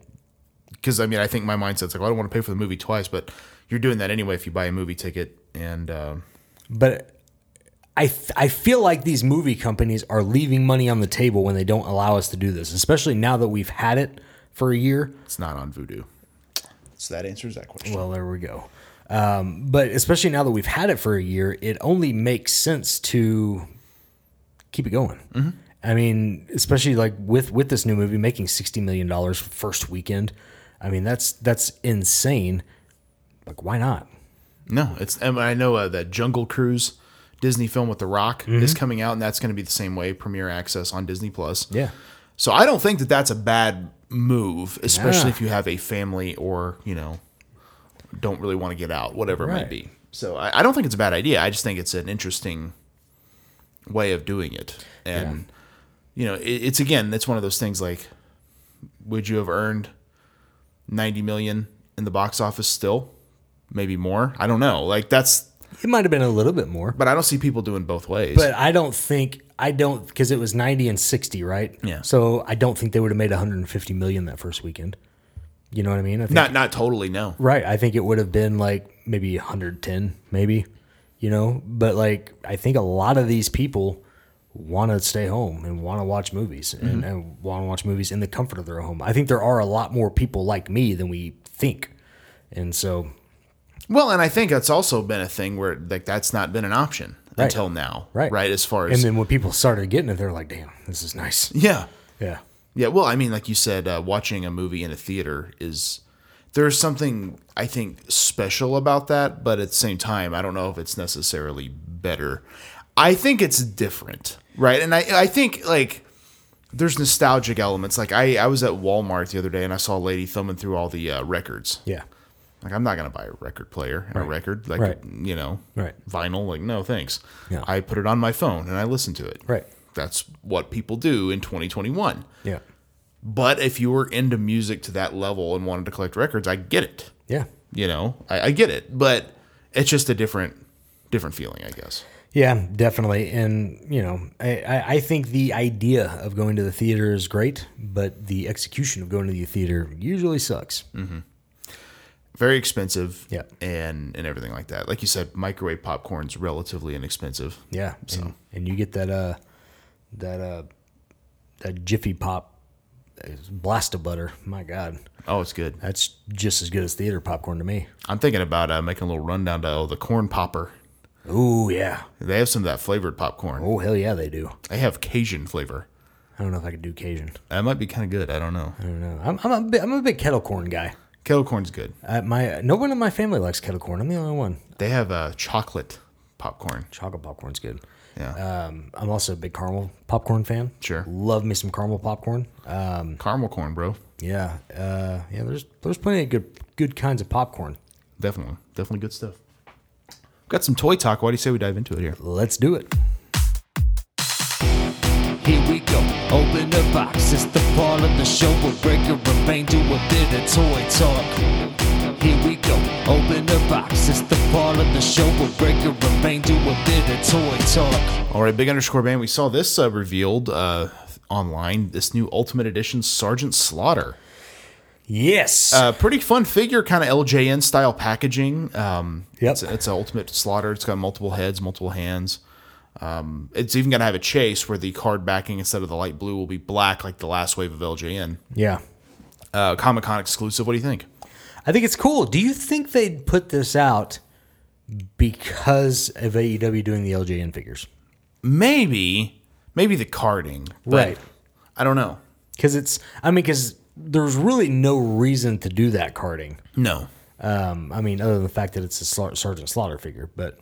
Speaker 2: because I mean, I think my mindset's like, well, I don't want to pay for the movie twice, but you're doing that anyway if you buy a movie ticket. And um,
Speaker 1: But I th- I feel like these movie companies are leaving money on the table when they don't allow us to do this, especially now that we've had it for a year.
Speaker 2: it's not on Voodoo. So that answers that question.
Speaker 1: Well, there we go. Um, but especially now that we've had it for a year, it only makes sense to keep it going. I mean, especially like with with this new movie making sixty million dollars first weekend. I mean, that's that's insane. Like, why not?
Speaker 2: no, it's. and I know uh, that Jungle Cruise Disney film with The Rock is coming out, and that's going to be the same way premiere access on Disney Plus.
Speaker 1: Yeah.
Speaker 2: So I don't think that that's a bad move, especially if you have a family or you know don't really want to get out, whatever it might
Speaker 1: Right.
Speaker 2: be. So I, I don't think it's a bad idea. I just think it's an interesting way of doing it, and you know, it, it's again, that's one of those things like, would you have earned ninety million in the box office still? Maybe more. I don't know. Like that's,
Speaker 1: It might have been a little bit more,
Speaker 2: but I don't see people doing both ways.
Speaker 1: but I don't think I don't because it was ninety and sixty, right?
Speaker 2: Yeah.
Speaker 1: So I don't think they would have made one hundred and fifty million that first weekend. You know what I mean? I think,
Speaker 2: not not totally no.
Speaker 1: right. I think it would have been like maybe one hundred ten, maybe. You know, but like I think a lot of these people want to stay home and want to watch movies and, and want to watch movies in the comfort of their own home. I think there are a lot more people like me than we think, and so
Speaker 2: Well, and I think that's also been a thing where like that's not been an option
Speaker 1: Right.
Speaker 2: until now,
Speaker 1: right,
Speaker 2: Right, as far
Speaker 1: and
Speaker 2: as
Speaker 1: then when people started getting it, they're like, "Damn, this is nice."
Speaker 2: yeah,
Speaker 1: Yeah.
Speaker 2: yeah. Well, I mean, like you said, uh, watching a movie in a theater is there's something I think special about that, but at the same time, I don't know if it's necessarily better. I think it's different, right? And I I think like there's nostalgic elements. Like I I was at Walmart the other day and I saw a lady thumbing through all the uh, records,
Speaker 1: Yeah.
Speaker 2: Like I'm not gonna buy a record player and a record, like
Speaker 1: Right.
Speaker 2: you know,
Speaker 1: Right.
Speaker 2: vinyl. Like no, thanks.
Speaker 1: Yeah.
Speaker 2: I put it on my phone and I listen to it.
Speaker 1: Right.
Speaker 2: That's what people do in 2021.
Speaker 1: Yeah.
Speaker 2: But if you were into music to that level and wanted to collect records, I get it.
Speaker 1: Yeah.
Speaker 2: You know, I, I get it. But it's just a different, different feeling, I guess.
Speaker 1: Yeah, definitely. And, you know, I, I, I think the idea of going to the theater is great, but the execution of going to the theater usually sucks.
Speaker 2: Very expensive.
Speaker 1: Yeah.
Speaker 2: And and everything like that. Like you said, microwave popcorn's relatively inexpensive.
Speaker 1: Yeah. So. And, and you get that, uh, that, uh, that Jiffy Pop uh, blast of butter. My God.
Speaker 2: Oh, it's good.
Speaker 1: That's just as good as theater popcorn to me.
Speaker 2: I'm thinking about uh, making a little rundown to oh, the corn popper.
Speaker 1: Ooh, yeah.
Speaker 2: They have some of that flavored popcorn.
Speaker 1: Oh, hell yeah, they do.
Speaker 2: They have Cajun flavor.
Speaker 1: I don't know if I could do Cajun.
Speaker 2: That might be kind of good. I don't know.
Speaker 1: I don't know. I'm, I'm, a, bit, I'm a big kettle corn guy.
Speaker 2: Kettle corn's good.
Speaker 1: Uh, my No one in my family likes kettle corn. I'm the only one.
Speaker 2: They have uh, chocolate popcorn.
Speaker 1: Chocolate popcorn's good.
Speaker 2: Yeah,
Speaker 1: Um, I'm also a big caramel popcorn fan.
Speaker 2: Sure.
Speaker 1: love me some caramel popcorn. Um,
Speaker 2: caramel corn, bro.
Speaker 1: yeah, uh, yeah. There's there's plenty of good good kinds of popcorn.
Speaker 2: Definitely, definitely good stuff. Got some toy talk. Why do you say we dive into it here?
Speaker 1: Let's do it.
Speaker 5: Here we go, open the box. It's the part of the show where Breaker and Bane do a bit of toy talk. Here we go, open the box. It's the part of the show where Breaker and Bane do a bit of toy talk.
Speaker 2: All right, big underscore band. We saw this uh, revealed uh, online. This new Ultimate Edition Sergeant Slaughter.
Speaker 1: Yes.
Speaker 2: Uh, pretty fun figure, kind of LJN style packaging. Um,
Speaker 1: Yep.
Speaker 2: It's, it's an ultimate slaughter. It's got multiple heads, multiple hands. Um, it's even going to have a chase where the card backing instead of the light blue will be black, like the last wave of LJN.
Speaker 1: yeah,
Speaker 2: Uh, Comic Con exclusive. What do you think?
Speaker 1: I think it's cool. Do you think they'd put this out because of AEW doing the LJN figures?
Speaker 2: Maybe, maybe the carding. but
Speaker 1: Right.
Speaker 2: I don't know.
Speaker 1: Because it's I mean because there's really no reason to do that carding.
Speaker 2: No.
Speaker 1: Um, I mean, other than the fact that it's a sla- Sergeant Slaughter figure, but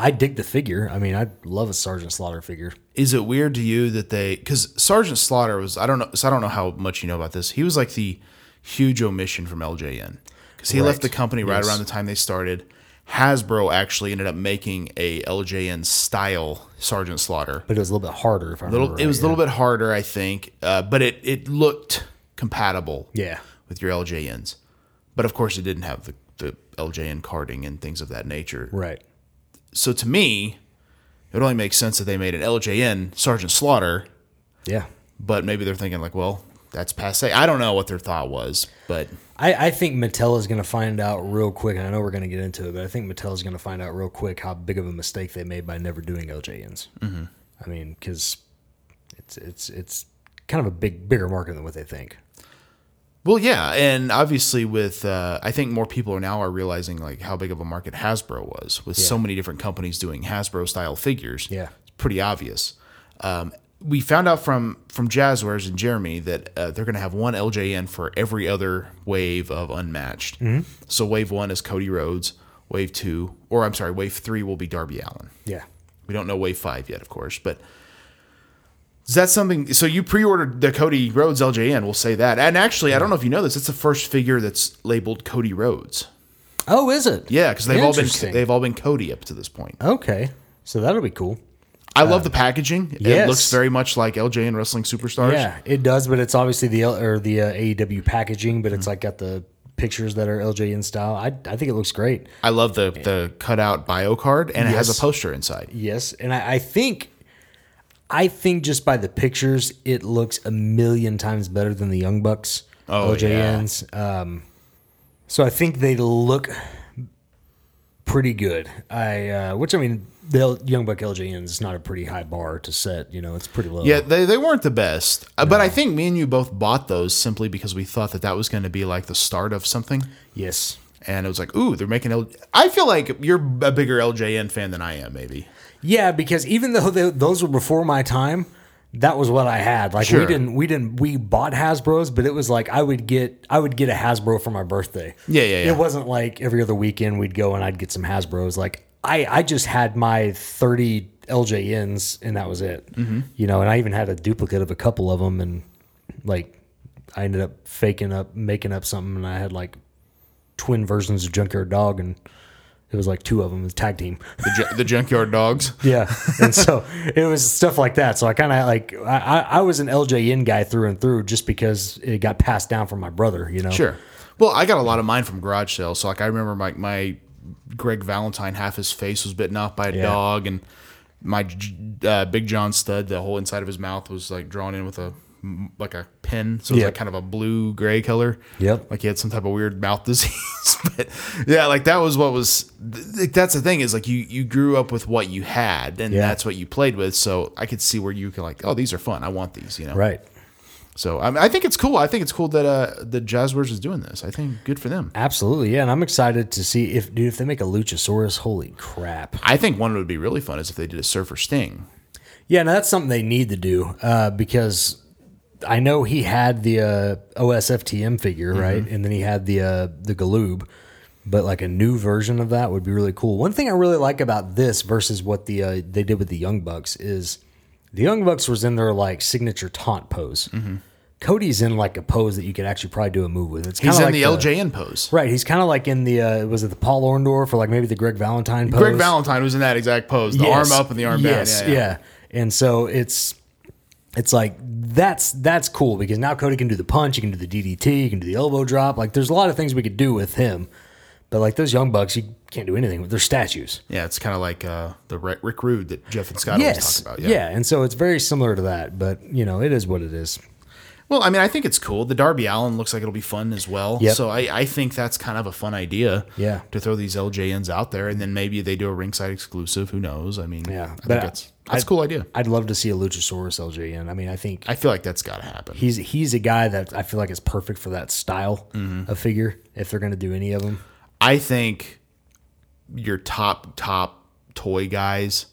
Speaker 1: I dig the figure. I mean, I love a Sergeant Slaughter figure.
Speaker 2: Is it weird to you that they? Because Sergeant Slaughter was. I don't know. So I don't know how much you know about this. He was like the huge omission from LJN because he left
Speaker 1: Right.
Speaker 2: the company right around the time they started. Hasbro actually ended up making a LJN style Sergeant Slaughter.
Speaker 1: But it was a little bit harder. If I
Speaker 2: Little,
Speaker 1: remember
Speaker 2: it
Speaker 1: right,
Speaker 2: was a
Speaker 1: yeah.
Speaker 2: little bit harder, I think, uh, but it it looked compatible.
Speaker 1: Yeah.
Speaker 2: with your LJNs, but of course it didn't have the the LJN carding and things of that nature.
Speaker 1: right.
Speaker 2: So to me, it would only make sense that they made an LJN Sergeant Slaughter,
Speaker 1: Yeah,
Speaker 2: but maybe they're thinking like, well, that's passe. I don't know what their thought was, but
Speaker 1: I, I think Mattel is going to find out real quick, and I know we're going to get into it, but I think Mattel is going to find out real quick how big of a mistake they made by never doing LJNs. Mm-hmm. I mean, because it's it's it's kind of a big bigger market than what they think.
Speaker 2: well, yeah, and obviously with uh, I think more people are now are realizing like how big of a market Hasbro was with so many different companies doing Hasbro style figures.
Speaker 1: Yeah.
Speaker 2: it's pretty obvious. Um, we found out from from Jazzwares and Jeremy that uh, they're going to have one LJN for every other wave of Unmatched. So wave one is Cody Rhodes, Wave two, or I'm sorry, wave three will be Darby Allen.
Speaker 1: Yeah.
Speaker 2: We don't know wave five yet, of course, but is that something? So you pre-ordered the Cody Rhodes LJN. We'll say that. And actually, I don't know if you know this. It's the first figure that's labeled Cody Rhodes.
Speaker 1: Oh, is it?
Speaker 2: Yeah, because they've all been
Speaker 1: Interesting.
Speaker 2: they've all been Cody up to this point.
Speaker 1: Okay. So that'll be cool.
Speaker 2: I love the packaging. It
Speaker 1: Uh, yes.
Speaker 2: looks very much like LJ and Wrestling Superstars.
Speaker 1: Yeah, it does, but it's obviously the L- or the uh, AEW packaging, but it's
Speaker 2: Mm-hmm.
Speaker 1: like got the pictures that are LJN style. I I think it looks great.
Speaker 2: I love the the cutout bio card, and it has
Speaker 1: Yes.
Speaker 2: a poster inside.
Speaker 1: Yes, and I, I think I think just by the pictures, it looks a million times better than the Young Bucks
Speaker 2: Oh,
Speaker 1: LJNs. Um, so I think they look pretty good. I uh, which I mean, the L- Young Buck LJNs is not a pretty high bar to set. You know, it's pretty low.
Speaker 2: Yeah, they, they weren't the best, Uh, but I think me and you both bought those simply because we thought that that was going to be like the start of something.
Speaker 1: Yes.
Speaker 2: And it was like, ooh, they're making. L- I feel like you're a bigger LJN fan than I am, maybe.
Speaker 1: Yeah, because even though tho- those were before my time, that was what I had. Like
Speaker 2: Sure.
Speaker 1: we didn't, we didn't, we bought Hasbro's, but it was like I would get, I would get a Hasbro for my birthday.
Speaker 2: Yeah, yeah, yeah.
Speaker 1: It wasn't like every other weekend we'd go and I'd get some Hasbro's. Like I, I just had my thirty LJNs and that was it.
Speaker 2: Mm-hmm.
Speaker 1: You know, and I even had a duplicate of a couple of them, and like I ended up faking up, making up something, and I had like twin versions of Junkyard Dog, and it was like two of them, tag team.
Speaker 2: The, ju- the junkyard dogs.
Speaker 1: Yeah, and so it was stuff like that. So I kind of like I, I I was an LJN guy through and through, just because it got passed down from my brother. You know,
Speaker 2: Sure. Well, I got a lot of mine from garage sales. So like, I remember my my Greg Valentine, half his face was bitten off by a
Speaker 1: Yeah.
Speaker 2: dog, and my J- uh, Big John stud, the whole inside of his mouth was like drawn in with a like a pin, so it was
Speaker 1: Yeah.
Speaker 2: like kind of a blue gray color.
Speaker 1: Yep.
Speaker 2: Like he had some type of weird mouth disease. but yeah, like that was what was. th- th- That's the thing is like you you grew up with what you had, and
Speaker 1: Yeah.
Speaker 2: that's what you played with. So I could see where you could like, oh, these are fun. I want these. You know.
Speaker 1: Right.
Speaker 2: So I, mean, I think it's cool. I think it's cool that uh, the Jazzwares is doing this. I think good for them.
Speaker 1: Absolutely. Yeah, and I'm excited to see if dude if they make a Luchasaurus. Holy crap!
Speaker 2: I think one would be really fun is if they did a Surfer Sting.
Speaker 1: Yeah, now that's something they need to do uh, because I know he had the uh, OSFTM figure,
Speaker 2: Mm-hmm.
Speaker 1: right, and then he had the uh, the Galoob, but like a new version of that would be really cool. One thing I really like about this versus what the uh, they did with the Young Bucks is the Young Bucks was in their like signature taunt pose.
Speaker 2: Mm-hmm.
Speaker 1: Cody's in like a pose that you could actually probably do a move with. It's
Speaker 2: He's
Speaker 1: kinda
Speaker 2: in
Speaker 1: like
Speaker 2: the LJN pose.
Speaker 1: Right, he's kind of like in the uh, was it the Paul Orndorff or like maybe the Greg Valentine pose?
Speaker 2: Greg Valentine was in that exact pose, the
Speaker 1: Yes.
Speaker 2: arm up and the arm
Speaker 1: yes,
Speaker 2: down. Yeah, yeah.
Speaker 1: And so it's it's like that's that's cool because now Cody can do the punch, he can do the DDT, he can do the elbow drop. Like there's a lot of things we could do with him. But like those young bucks, you can't do anything with. They're statues.
Speaker 2: Yeah, it's kind of like uh, the Rick Rick Rude that Jeff and Scott
Speaker 1: yes.
Speaker 2: always talk about.
Speaker 1: yeah. And so it's very similar to that, but you know, it is what it is.
Speaker 2: Well, I mean, I think it's cool. The Darby Allen looks like it'll be fun as well.
Speaker 1: Yep.
Speaker 2: So I, I think that's kind of a fun idea.
Speaker 1: Yeah.
Speaker 2: To throw these LJNs out there, and then maybe they do a ringside exclusive. Who knows? I mean,
Speaker 1: Yeah,
Speaker 2: I think
Speaker 1: but I-
Speaker 2: that's that's a cool idea.
Speaker 1: I'd love to see a Luchasaurus LJN. I mean, I think
Speaker 2: I feel like that's got to happen.
Speaker 1: he's he's a guy that I feel like is perfect for that style
Speaker 2: Mm-hmm.
Speaker 1: of figure if they're going to do any of them.
Speaker 2: I think your top top toy guys,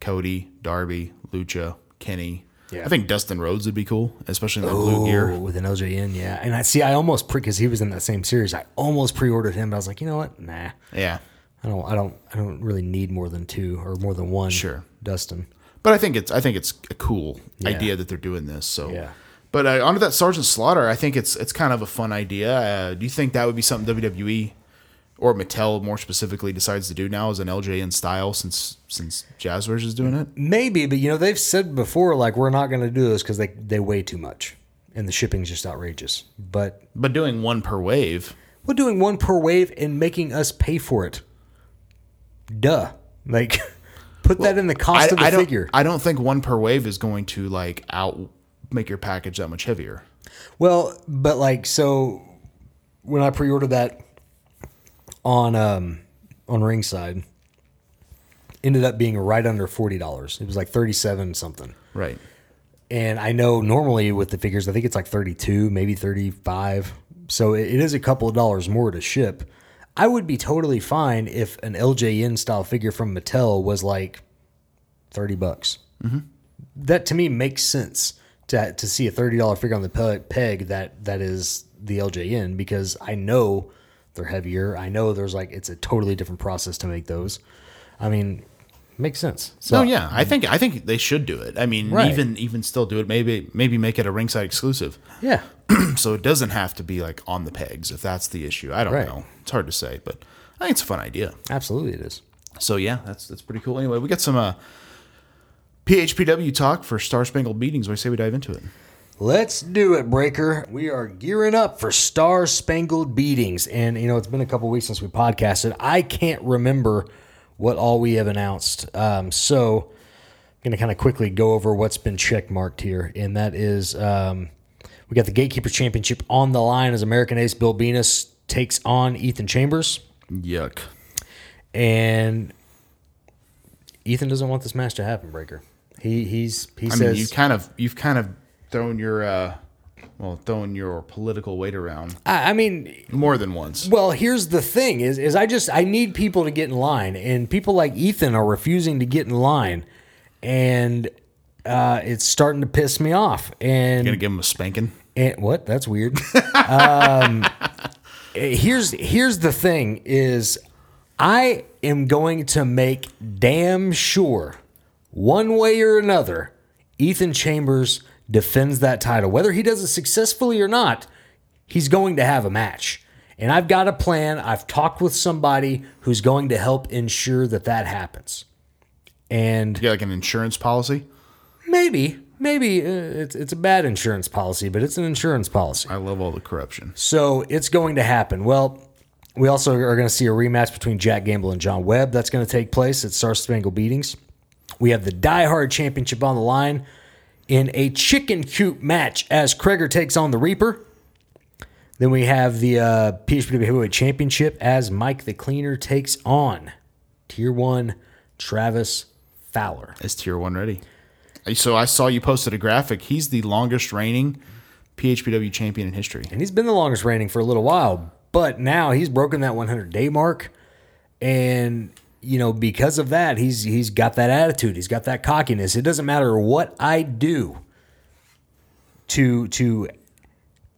Speaker 2: Cody, Darby, Lucha, Kenny.
Speaker 1: Yeah.
Speaker 2: I think Dustin Rhodes would be cool, especially in the blue
Speaker 1: Oh,
Speaker 2: gear.
Speaker 1: with an LJN, yeah. And I see, I almost pre because he was in that same series. I almost pre-ordered him, but I was like, you know what? Nah,
Speaker 2: Yeah.
Speaker 1: I don't, I don't, I don't really need more than two or more than one.
Speaker 2: Sure.
Speaker 1: Dustin.
Speaker 2: But I think it's I think it's a cool idea that they're doing this. So
Speaker 1: Yeah.
Speaker 2: But uh, onto that Sergeant Slaughter, I think it's it's kind of a fun idea. Uh, do you think that would be something WWE or Mattel more specifically decides to do now as an LJN style since since Jazzwares is doing it?
Speaker 1: Maybe, but you know, they've said before like we're not going to do this because they they weigh too much and the shipping's just outrageous. But
Speaker 2: But doing one per wave,
Speaker 1: we're doing one per wave and making us pay for it. Duh. Like, put that in the cost of the
Speaker 2: don't,
Speaker 1: figure.
Speaker 2: I don't think one per wave is going to like out make your package that much heavier.
Speaker 1: Well, but like so when I pre-ordered that on um on Ringside ended up being right under $40. It was like 37 something.
Speaker 2: Right.
Speaker 1: And I know normally with the figures I think it's like 32, maybe 35. So it, it is a couple of dollars more to ship. I would be totally fine if an LJN style figure from Mattel was like 30 bucks.
Speaker 2: Mm-hmm.
Speaker 1: That to me makes sense to, to see a $30 figure on the pe- peg that that is the LJN because I know They're heavier. I know there's like it's a totally different process to make those. I mean, makes sense. So
Speaker 2: No, yeah, I think I think they should do it. I mean,
Speaker 1: Right.
Speaker 2: even even still do it. Maybe maybe make it a ringside exclusive,
Speaker 1: yeah.
Speaker 2: so it doesn't have to be like on the pegs if that's the issue. I don't
Speaker 1: Right.
Speaker 2: know. It's hard to say, but I think it's a fun idea.
Speaker 1: Absolutely, it is.
Speaker 2: So yeah, that's that's pretty cool. Anyway, we got some uh, PHPW talk for Star Spangled Beatings. What do you say we dive into it?
Speaker 1: Let's do it, Breaker. We are gearing up for Star Spangled Beatings. And, you know, it's been a couple weeks since we podcasted. I can't remember what all we have announced. Um, so I'm going to kind of quickly go over what's been check marked here. And that is um, we got the Gatekeeper Championship on the line as American Ace Bill Venus takes on Ethan Chambers.
Speaker 2: Yuck.
Speaker 1: And Ethan doesn't want this match to happen, Breaker. He, he's, he
Speaker 2: I
Speaker 1: says.
Speaker 2: mean, you kind of you've kind of thrown your uh, well thrown your political weight around
Speaker 1: I, I mean,
Speaker 2: more than once.
Speaker 1: Well, here's the thing: is is I just I need people to get in line, and people like Ethan are refusing to get in line, and uh, it's starting to piss me off. And
Speaker 2: Gonna give him a spanking.
Speaker 1: and what? That's weird. um, eh, here's here's the thing: is I am going to make damn sure, one way or another, Ethan Chambers defends that title, whether he does it successfully or not. He's going to have a match, and I've got a plan. I've talked with somebody who's going to help ensure that that happens. And
Speaker 2: Yeah, like an insurance policy.
Speaker 1: maybe, maybe uh, it's it's a bad insurance policy, but it's an insurance policy.
Speaker 2: I love all the corruption.
Speaker 1: So it's going to happen. Well, we also are going to see a rematch between Jack Gamble and John Webb. That's going to take place at Star Spangled Beatings. We have the Die Hard Championship on the line in a chicken coop match as Kreger takes on the Reaper. Then we have the uh, PHPW Heavyweight Championship as Mike the Cleaner takes on Tier 1 Travis Fowler.
Speaker 2: Is tier one ready? So I saw you posted a graphic. He's the longest reigning PHPW champion in history.
Speaker 1: and he's been the longest reigning for a little while. But now he's broken that 100 day mark, and you know because of that, he's he's got that attitude. He's got that cockiness. It doesn't matter what I do to to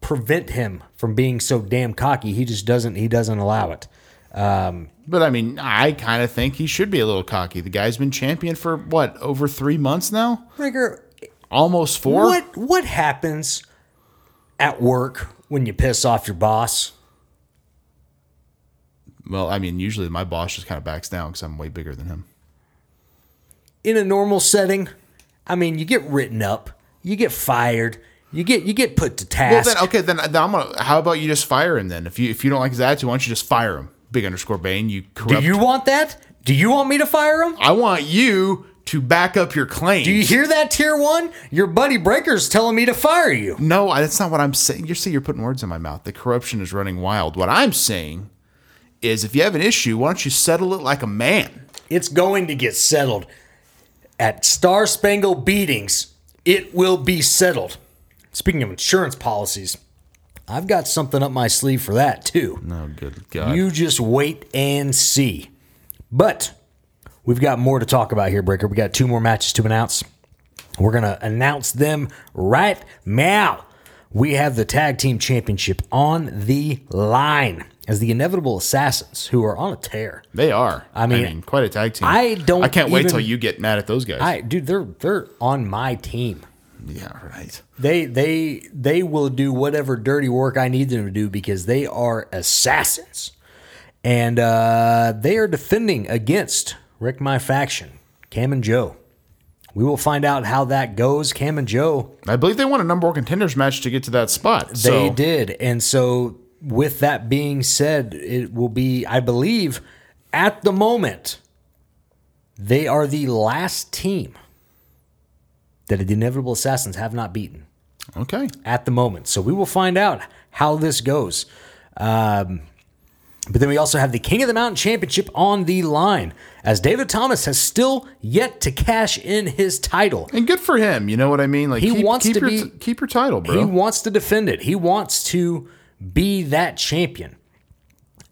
Speaker 1: prevent him from being so damn cocky. He just doesn't he doesn't allow it.
Speaker 2: But I mean, I kind of think he should be a little cocky. The guy's been champion for what over three months now,
Speaker 1: Rigger,
Speaker 2: almost four.
Speaker 1: what what happens at work when you piss off your boss?
Speaker 2: Well, I mean, usually my boss just kind of backs down because I'm way bigger than him.
Speaker 1: in a normal setting, I mean, you get written up, you get fired, you get you get put to
Speaker 2: Well,
Speaker 1: task.
Speaker 2: then okay, then, then I'm gonna. How about you just fire him then? If you if you don't like his attitude, why don't you just fire him? Big underscore Bane, you corrupt.
Speaker 1: Do you want that? Do you want me to fire him?
Speaker 2: I want you to back up your claim.
Speaker 1: Do you hear that, Tier One? Your buddy Breaker's telling me to fire you.
Speaker 2: No, I- that's not what I'm saying. You're see, you're putting words in my mouth. The corruption is running wild. What I'm saying is, if you have an issue, why don't you settle it like a man?
Speaker 1: It's going to get settled at Star Spangled Beatings. It will be settled. Speaking of insurance policies, I've got something up my sleeve for that too.
Speaker 2: Oh, good God!
Speaker 1: You just wait and see. But we've got more to talk about here, Breaker. We got two more matches to announce. We're going to announce them right now. We have the tag team championship on the line as the inevitable assassins who are on a tear.
Speaker 2: they are. I
Speaker 1: mean,
Speaker 2: quite a tag team.
Speaker 1: I don't
Speaker 2: I can't wait
Speaker 1: even-
Speaker 2: till you get mad at those guys.
Speaker 1: I dude, they're they're on my team.
Speaker 2: yeah, right.
Speaker 1: They they they will do whatever dirty work I need them to do because they are assassins, and uh, they are defending against Rick My Faction, Cam and Joe. We will find out how that goes. Cam and Joe
Speaker 2: I believe they won a number one contenders match to get to that spot.
Speaker 1: they
Speaker 2: so
Speaker 1: did. And so, with that being said, it will be, I believe, at the moment, they are the last team that the Inevitable Assassins have not beaten
Speaker 2: okay.
Speaker 1: at the moment. So, we will find out how this goes. Um, but then we also have the King of the Mountain Championship on the line, as David Thomas has still yet to cash in his title.
Speaker 2: And good for him. You know what I mean? Like
Speaker 1: He
Speaker 2: keep,
Speaker 1: wants
Speaker 2: keep
Speaker 1: to
Speaker 2: your,
Speaker 1: be-
Speaker 2: t- keep your title, bro.
Speaker 1: He wants to defend it. He wants to be that champion.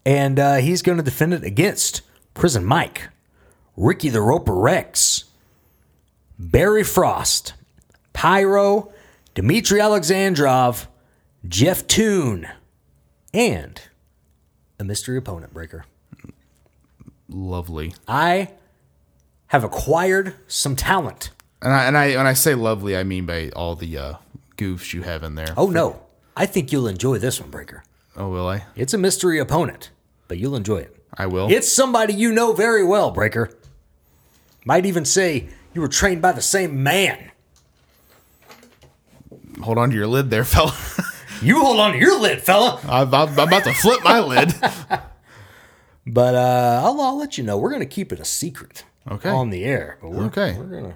Speaker 1: And uh, he's going to defend it against Prison Mike, Ricky the Roper Rex, Barry Frost, Pyro, Dmitry Alexandrov, Jeff Toon, and the mystery opponent breaker.
Speaker 2: Lovely.
Speaker 1: I have acquired some talent.
Speaker 2: And I, and I when I say lovely, I mean by all the uh, goofs you have in there.
Speaker 1: Oh no, I think you'll enjoy this one, Breaker.
Speaker 2: Oh, will I?
Speaker 1: It's a mystery opponent, but you'll enjoy it.
Speaker 2: I will.
Speaker 1: It's somebody you know very well, Breaker. Might even say you were trained by the same man.
Speaker 2: Hold on to your lid there, fella.
Speaker 1: You hold on to your lid, fella.
Speaker 2: I'm, I'm, I'm about to flip my lid.
Speaker 1: But uh, I'll, I'll let you know. We're gonna keep it a secret.
Speaker 2: Okay.
Speaker 1: On the air. But we're,
Speaker 2: Okay.
Speaker 1: We're gonna.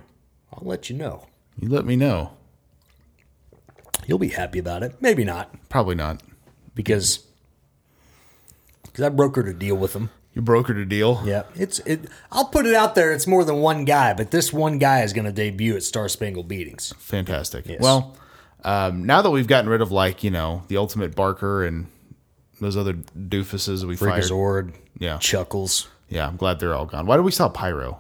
Speaker 1: I'll let you know.
Speaker 2: You let me know.
Speaker 1: You'll be happy about it. Maybe not
Speaker 2: Probably not.
Speaker 1: because because I brokered a deal with them.
Speaker 2: You brokered a deal.
Speaker 1: Yeah, it's it. I'll put it out there. It's more than one guy, but this one guy is going to debut at Star Spangled Beatings.
Speaker 2: Fantastic. Well, um, now that we've gotten rid of like you know the ultimate Barker and those other doofuses we fired.
Speaker 1: Freakazoid,
Speaker 2: Yeah.
Speaker 1: Chuckles.
Speaker 2: Yeah, I'm glad they're all gone. Why do we sell Pyro?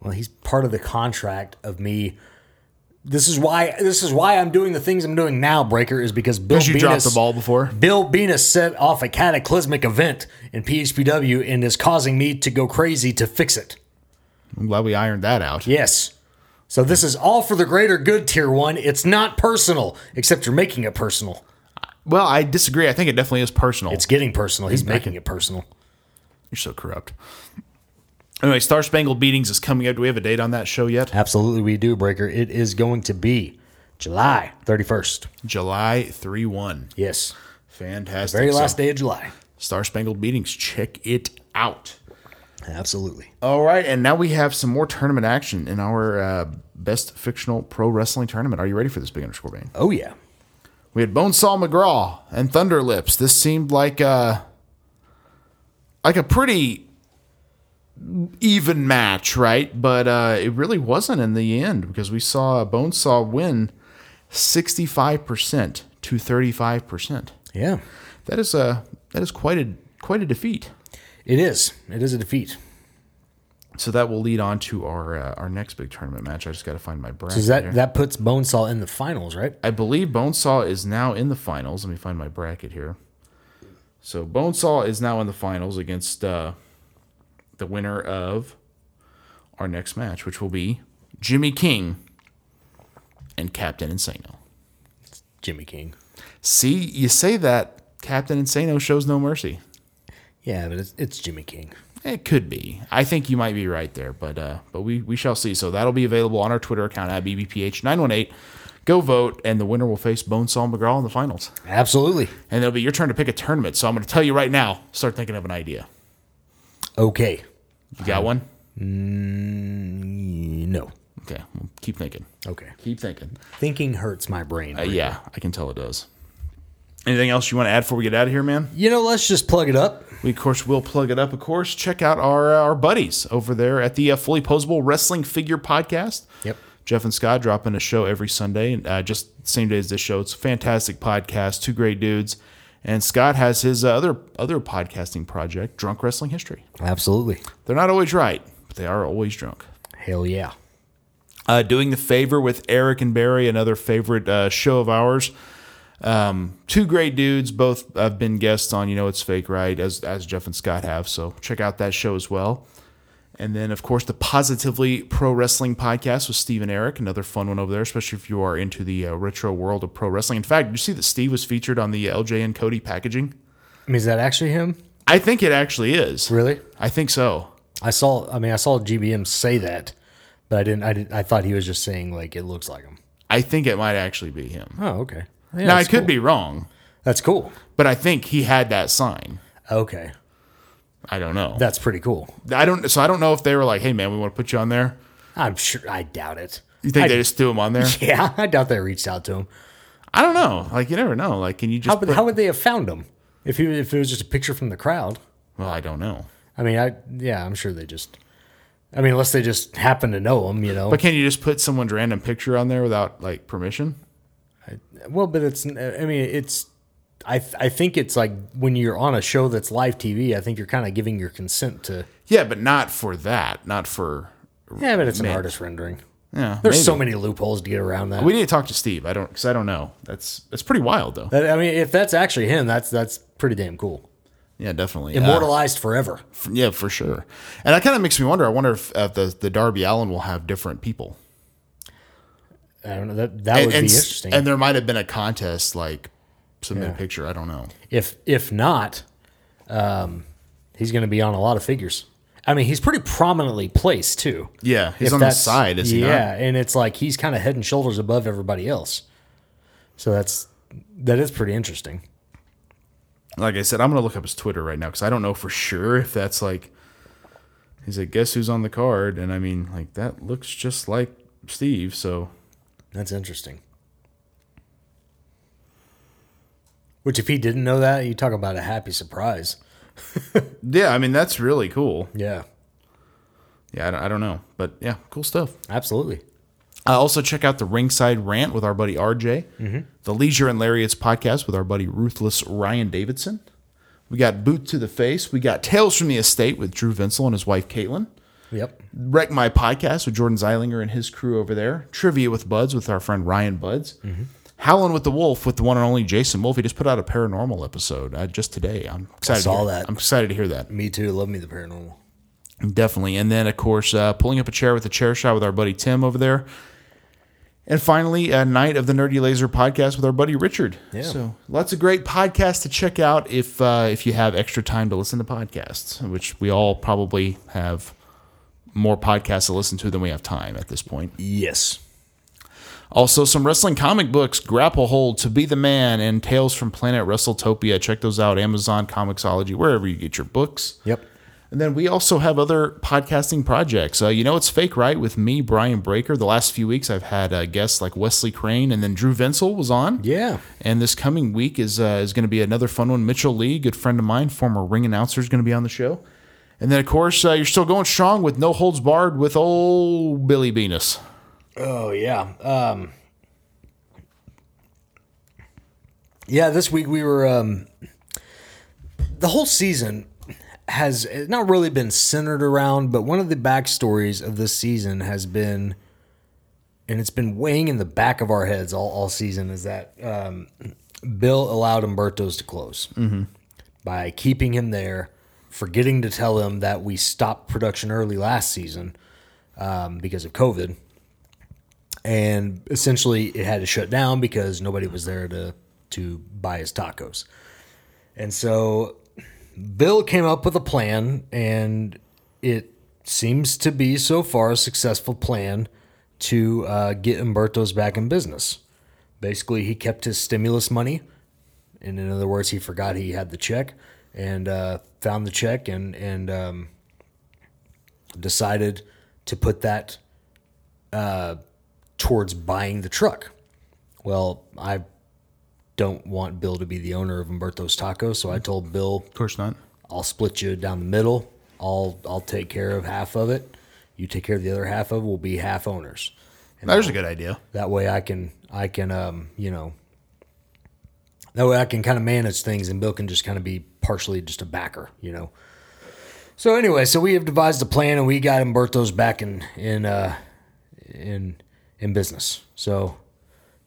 Speaker 1: Well, he's part of the contract of me. This is why. This is why I'm doing the things I'm doing now. Breaker is because Bill
Speaker 2: Because you dropped
Speaker 1: Venus,
Speaker 2: the ball before.
Speaker 1: Bill Venus set off a cataclysmic event in PHPW and is causing me to go crazy to fix it.
Speaker 2: I'm glad we ironed that out.
Speaker 1: Yes. So this is all for the greater good, Tier One. It's not personal, except you're making it personal.
Speaker 2: Well, I disagree. I think it definitely is personal.
Speaker 1: It's getting personal. He's making it personal.
Speaker 2: You're so corrupt. Anyway, Star Spangled Beatings is coming up. Do we have a date on that show yet?
Speaker 1: Absolutely, we do, Breaker. It is going to be July 31st.
Speaker 2: July 3 1.
Speaker 1: Yes.
Speaker 2: Fantastic.
Speaker 1: Very last
Speaker 2: So,
Speaker 1: day of July.
Speaker 2: Star Spangled Beatings. Check it out.
Speaker 1: Absolutely.
Speaker 2: All right, and now we have some more tournament action in our uh, best fictional pro wrestling tournament. Are you ready for this big underscore bang?
Speaker 1: Oh, yeah.
Speaker 2: We had Bonesaw McGraw and Thunder Lips. This seemed like a like a pretty even match, right? But uh, it really wasn't in the end because we saw Bonesaw win sixty five percent to thirty five percent.
Speaker 1: Yeah.
Speaker 2: That is a that is quite a quite a defeat.
Speaker 1: It is. It is a defeat.
Speaker 2: So that will lead on to our uh, our next big tournament match. I just got to find my bracket.
Speaker 1: Does
Speaker 2: here.
Speaker 1: that, that puts Bonesaw in the finals, right?
Speaker 2: I believe Bonesaw is now in the finals. Let me find my bracket here. So Bonesaw is now in the finals against uh, the winner of our next match, which will be Jimmy King and Captain Insano.
Speaker 1: Jimmy King.
Speaker 2: See, you say that Captain Insano shows no mercy.
Speaker 1: Yeah, but it's, it's Jimmy King.
Speaker 2: It could be. I think you might be right there, but uh, but we we shall see. So that'll be available on our Twitter account at bbph918. Go vote, and the winner will face Bonesaw McGraw in the finals.
Speaker 1: Absolutely.
Speaker 2: and it'll be your turn to pick a tournament. So I'm going to tell you right now. Start thinking of an idea.
Speaker 1: Okay.
Speaker 2: You got one?
Speaker 1: No.
Speaker 2: Okay. Well, keep thinking.
Speaker 1: Okay.
Speaker 2: Keep thinking.
Speaker 1: Thinking hurts my brain.
Speaker 2: Uh, yeah, I can tell it does. Anything else you want to add before we get out of here, man?
Speaker 1: You know, let's just plug it up.
Speaker 2: We of course will plug it up. Of course, check out our uh, our buddies over there at the uh, Fully Posable Wrestling Figure Podcast.
Speaker 1: Yep.
Speaker 2: Jeff and Scott dropping a show every Sunday, and uh, just same day as this show. It's a fantastic podcast. Two great dudes, and Scott has his uh, other other podcasting project, Drunk Wrestling History.
Speaker 1: Absolutely.
Speaker 2: They're not always right, but they are always drunk.
Speaker 1: Hell yeah.
Speaker 2: uh, doing the favor with Eric and Barry, another favorite uh, show of ours. Um, two great dudes, both have been guests on. You know, it's fake, right? As as Jeff and Scott have, so check out that show as well. And then, of course, the Positively Pro Wrestling podcast with Steve and Eric, another fun one over there, especially if you are into the uh, retro world of pro wrestling. In fact, did you see that Steve was featured on the LJ and Cody packaging?
Speaker 1: I mean, is that actually him?
Speaker 2: I think it actually is.
Speaker 1: Really?
Speaker 2: I think so.
Speaker 1: I saw. I mean, I saw GBM say that, but I didn't. I didn't. I thought he was just saying like it looks like him.
Speaker 2: I think it might actually be him.
Speaker 1: Oh, okay.
Speaker 2: now, I could be wrong,
Speaker 1: That's cool.
Speaker 2: but I think he had that sign.
Speaker 1: Okay,
Speaker 2: I don't know.
Speaker 1: that's pretty cool.
Speaker 2: I don't. So I don't know if they were like, "Hey, man, we want to put you on there."
Speaker 1: I'm sure. I doubt it.
Speaker 2: You think
Speaker 1: I-
Speaker 2: they just threw him on there?
Speaker 1: Yeah, I doubt they reached out to him.
Speaker 2: I don't know. Like you never know. Like can you
Speaker 1: How
Speaker 2: just?
Speaker 1: would
Speaker 2: put-
Speaker 1: how would they have found him if he if it was just a picture from the crowd?
Speaker 2: well, I don't know.
Speaker 1: I mean, I yeah, I'm sure they just. I mean, unless they just happen to know him, you know.
Speaker 2: But can you just put someone's random picture on there without like permission?
Speaker 1: well, but it's. I mean, it's. I th- I think it's like when you're on a show that's live TV. I think you're kind of giving your consent to.
Speaker 2: Yeah, but not for that. Not for.
Speaker 1: Yeah, but it's an artist rendering.
Speaker 2: Yeah,
Speaker 1: There's
Speaker 2: maybe.
Speaker 1: so many loopholes to get around that.
Speaker 2: We need to talk to Steve. I don't because I don't know. That's that's pretty wild though.
Speaker 1: That- I mean, if that's actually him, that's that's pretty damn cool.
Speaker 2: Yeah, definitely. Yeah.
Speaker 1: Immortalized forever.
Speaker 2: F- Yeah, for sure. And that kind of makes me wonder. I wonder if uh, the the Darby Allen will have different people.
Speaker 1: I don't know. That that
Speaker 2: and,
Speaker 1: would
Speaker 2: and
Speaker 1: be
Speaker 2: s-
Speaker 1: interesting.
Speaker 2: And there might have been a contest, like submit a picture. I don't know.
Speaker 1: if if not, um, he's going to be on a lot of figures. I mean, he's pretty prominently placed too.
Speaker 2: Yeah, he's
Speaker 1: If
Speaker 2: on the
Speaker 1: that's-
Speaker 2: side, is he? not?
Speaker 1: Yeah, and it's like he's kind of head and shoulders above everybody else. So that's that is pretty interesting.
Speaker 2: Like I said, I'm gonna look up his Twitter right now because I don't know for sure if that's like. He's like, guess who's on the card? And I mean, like that looks just like Steve. So
Speaker 1: That's interesting. Which, if he didn't know that, you talk about a happy surprise.
Speaker 2: yeah, I mean that's really cool.
Speaker 1: Yeah,
Speaker 2: Yeah, I don't, I don't know, but yeah, cool stuff.
Speaker 1: absolutely.
Speaker 2: Uh, also, check out the Ringside Rant with our buddy RJ, the Leisure and Lariats podcast with our buddy Ruthless Ryan Davidson. We got Boot to the Face. We got Tales from the Estate with Drew Vinsel and his wife Caitlin.
Speaker 1: Yep.
Speaker 2: Wreck My Podcast with Jordan Zeilinger and his crew over there. Trivia with Buds with our friend Ryan Buds.
Speaker 1: Mm-hmm.
Speaker 2: Howling with the Wolf with the one and only Jason Wolf. He just put out a paranormal episode uh, just today. I'm excited.
Speaker 1: saw
Speaker 2: to hear,
Speaker 1: that.
Speaker 2: I'm excited to hear that.
Speaker 1: Me too. Love me the paranormal.
Speaker 2: Definitely. And then, of course, uh, pulling up a chair with a chair shot with our buddy Tim over there. And finally, a night of the Nerdy Laser podcast with our buddy Richard. Yeah. So lots of great podcasts to check out if uh, if you have extra time to listen to podcasts, which we all probably have more podcasts to listen to than we have time at this point.
Speaker 1: Yes.
Speaker 2: Also, some wrestling comic books, Grapple Hold, To Be the Man, and Tales from Planet WrestleTopia. Check those out, Amazon, Comixology, wherever you get your books.
Speaker 1: Yep.
Speaker 2: And then we also have other podcasting projects. Uh, you know, it's fake, right? With me, Brian Breaker. The last few weeks, I've had uh, guests like Wesley Crane, and then Drew Vinsel was on.
Speaker 1: Yeah.
Speaker 2: And this coming week is uh, is going to be another fun one. Mitchell Lee, good friend of mine, former ring announcer, is going to be on the show. And then, of course, uh, you're still going strong with No Holds Barred with old Billy Venus.
Speaker 1: Oh yeah. Um, yeah, this week we were. Um, the whole season has not really been centered around, but one of the backstories of this season has been, and it's been weighing in the back of our heads all, all season, is that um, Bill allowed Umberto's to close by keeping him there, forgetting to tell him that we stopped production early last season um, because of COVID and essentially it had to shut down because nobody was there to to buy his tacos. And so Bill came up with a plan and it seems to be so far a successful plan to uh, get Umberto's back in business. Basically, he kept his stimulus money. And in other words, he forgot he had the check and uh, found the check and, and um, decided to put that towards buying the truck. Well, I don't want Bill to be the owner of Umberto's Tacos, so I told Bill,
Speaker 2: Of course not.
Speaker 1: I'll split you down the middle. I'll I'll take care of half of it. You take care of the other half of it. We'll be half owners.
Speaker 2: There's a good idea.
Speaker 1: That way I can I can um, you know that way I can kind of manage things and Bill can just kind of be partially just a backer, you know. So anyway, so we have devised a plan and we got Umberto's back in in uh in in business. So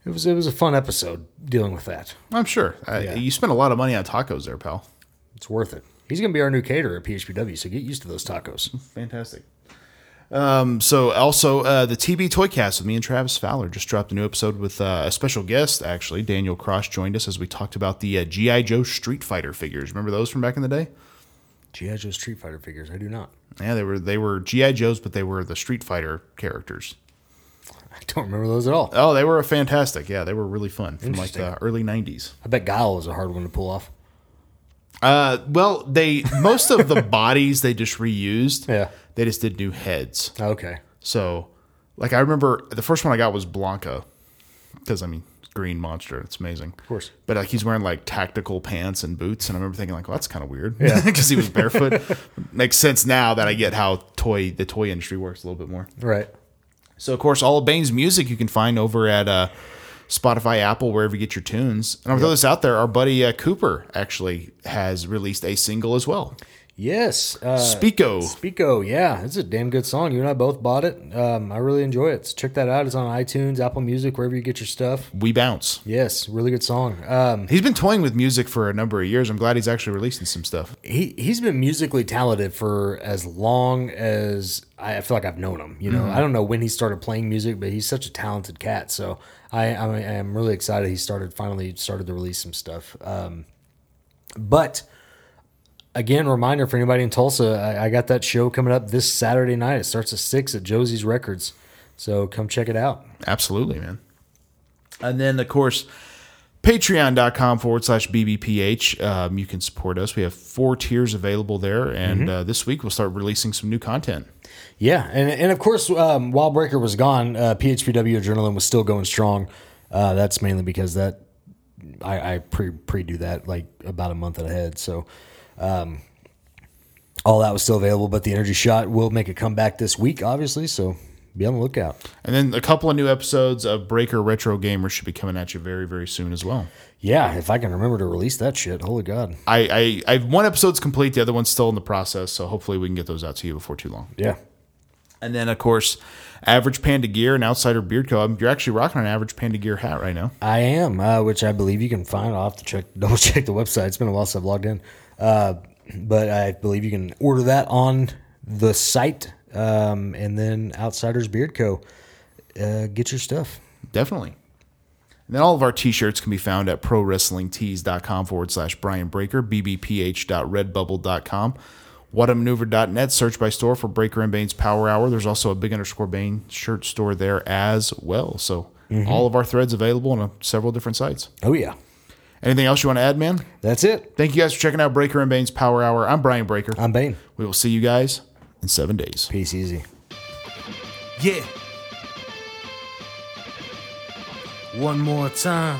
Speaker 1: it was it was a fun episode dealing with that.
Speaker 2: I'm sure. I, You spent a lot of money on tacos there, pal.
Speaker 1: It's worth it. He's gonna be our new caterer at PHPW, so get used to those tacos.
Speaker 2: Fantastic. Um, so also uh, the TB Toycast with me and Travis Fowler just dropped a new episode with uh, a special guest actually Daniel Cross joined us as we talked about the uh, GI Joe Street Fighter figures. Remember those from back in the day?
Speaker 1: GI Joe Street Fighter figures. I do not.
Speaker 2: Yeah, they were they were GI Joes, but they were the Street Fighter characters.
Speaker 1: I don't remember those at all.
Speaker 2: Oh, they were fantastic. Yeah, they were really fun from like the early '90s.
Speaker 1: I bet Guile was a hard one to pull off.
Speaker 2: Uh, well, they most of the bodies they just reused.
Speaker 1: Yeah.
Speaker 2: they just did new heads.
Speaker 1: Okay.
Speaker 2: So, like, I remember the first one I got was Blanca, because I mean, green monster. It's amazing. Of
Speaker 1: course.
Speaker 2: But like, he's wearing like tactical pants and boots, and I remember thinking like, well, that's kind of weird, because he was barefoot. Makes sense now that I get how toy the toy industry works a little bit more.
Speaker 1: Right.
Speaker 2: So, of course, all of Bane's music you can find over at uh, Spotify, Apple, wherever you get your tunes. And I'll throw this out there. Our buddy uh, Cooper actually has released a single as well.
Speaker 1: Yes. Uh,
Speaker 2: Spico.
Speaker 1: Spico, yeah, it's a damn good song. You and I both bought it. Um, I really enjoy it. So check that out. It's on iTunes, Apple Music, wherever you get your stuff.
Speaker 2: We bounce.
Speaker 1: Yes, really good song. Um,
Speaker 2: He's been toying with music for a number of years. I'm glad he's actually releasing some stuff.
Speaker 1: he he's been musically talented for as long as I I feel like I've known him. You know, I don't know when he started playing music, but he's such a talented cat. So I I am really excited he started finally started to release some stuff. Um, but again, reminder for anybody in Tulsa, I, I got that show coming up this Saturday night. It starts at six at Josie's Records. So come check it out.
Speaker 2: Absolutely, man. And then, of course, patreon.com forward slash BBPH. Um, you can support us. We have four tiers available there. And uh, this week, we'll start releasing some new content.
Speaker 1: Yeah, and and of course, um, while Breaker was gone, uh, PHPW Adrenaline was still going strong. Uh, that's mainly because that I, I pre pre do that like about a month ahead, so um, all that was still available. But the energy shot will make a comeback this week, obviously. So be on the lookout.
Speaker 2: And then a couple of new episodes of Breaker Retro Gamer should be coming at you very, very soon as well.
Speaker 1: Yeah, if I can remember to release that shit, holy god.
Speaker 2: I, I, I one episode's complete. The other one's still in the process. So hopefully, we can get those out to you before too long.
Speaker 1: Yeah,
Speaker 2: And then, of course, Average Panda Gear and Outsider Beard Co. I'm- You're actually rocking an Average Panda Gear hat right now.
Speaker 1: I am, uh, which I believe you can find. I'll have to check, double check the website. It's been a while since I've logged in, uh, but I believe you can order that on the site, um, and then Outsiders Beard Co. Uh, get your stuff.
Speaker 2: Definitely. And then all of our t-shirts can be found at prowrestlingtees.com forward slash Brian Breaker, bbph.redbubble.com, whatamaneuver.net, search by store for Breaker and Bane's Power Hour. There's also a big underscore Bane shirt store there as well. So all of our threads available on uh, several different sites.
Speaker 1: Oh yeah,
Speaker 2: Anything else you want to add, man?
Speaker 1: that's it.
Speaker 2: Thank you guys for checking out Breaker and Bane's Power Hour. I'm Brian Breaker.
Speaker 1: I'm Bane.
Speaker 2: we will see you guys in seven days.
Speaker 1: Peace easy.
Speaker 6: Yeah.
Speaker 1: One more time.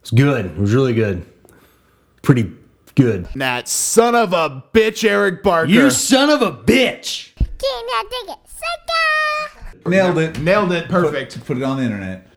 Speaker 1: It's good. It was really good. Pretty good.
Speaker 2: That son of a bitch, Eric Barker.
Speaker 7: You son of a bitch!
Speaker 8: King, I dig it. Sucker!
Speaker 9: Nailed it.
Speaker 2: nailed it. Perfect.
Speaker 9: Put it on the internet.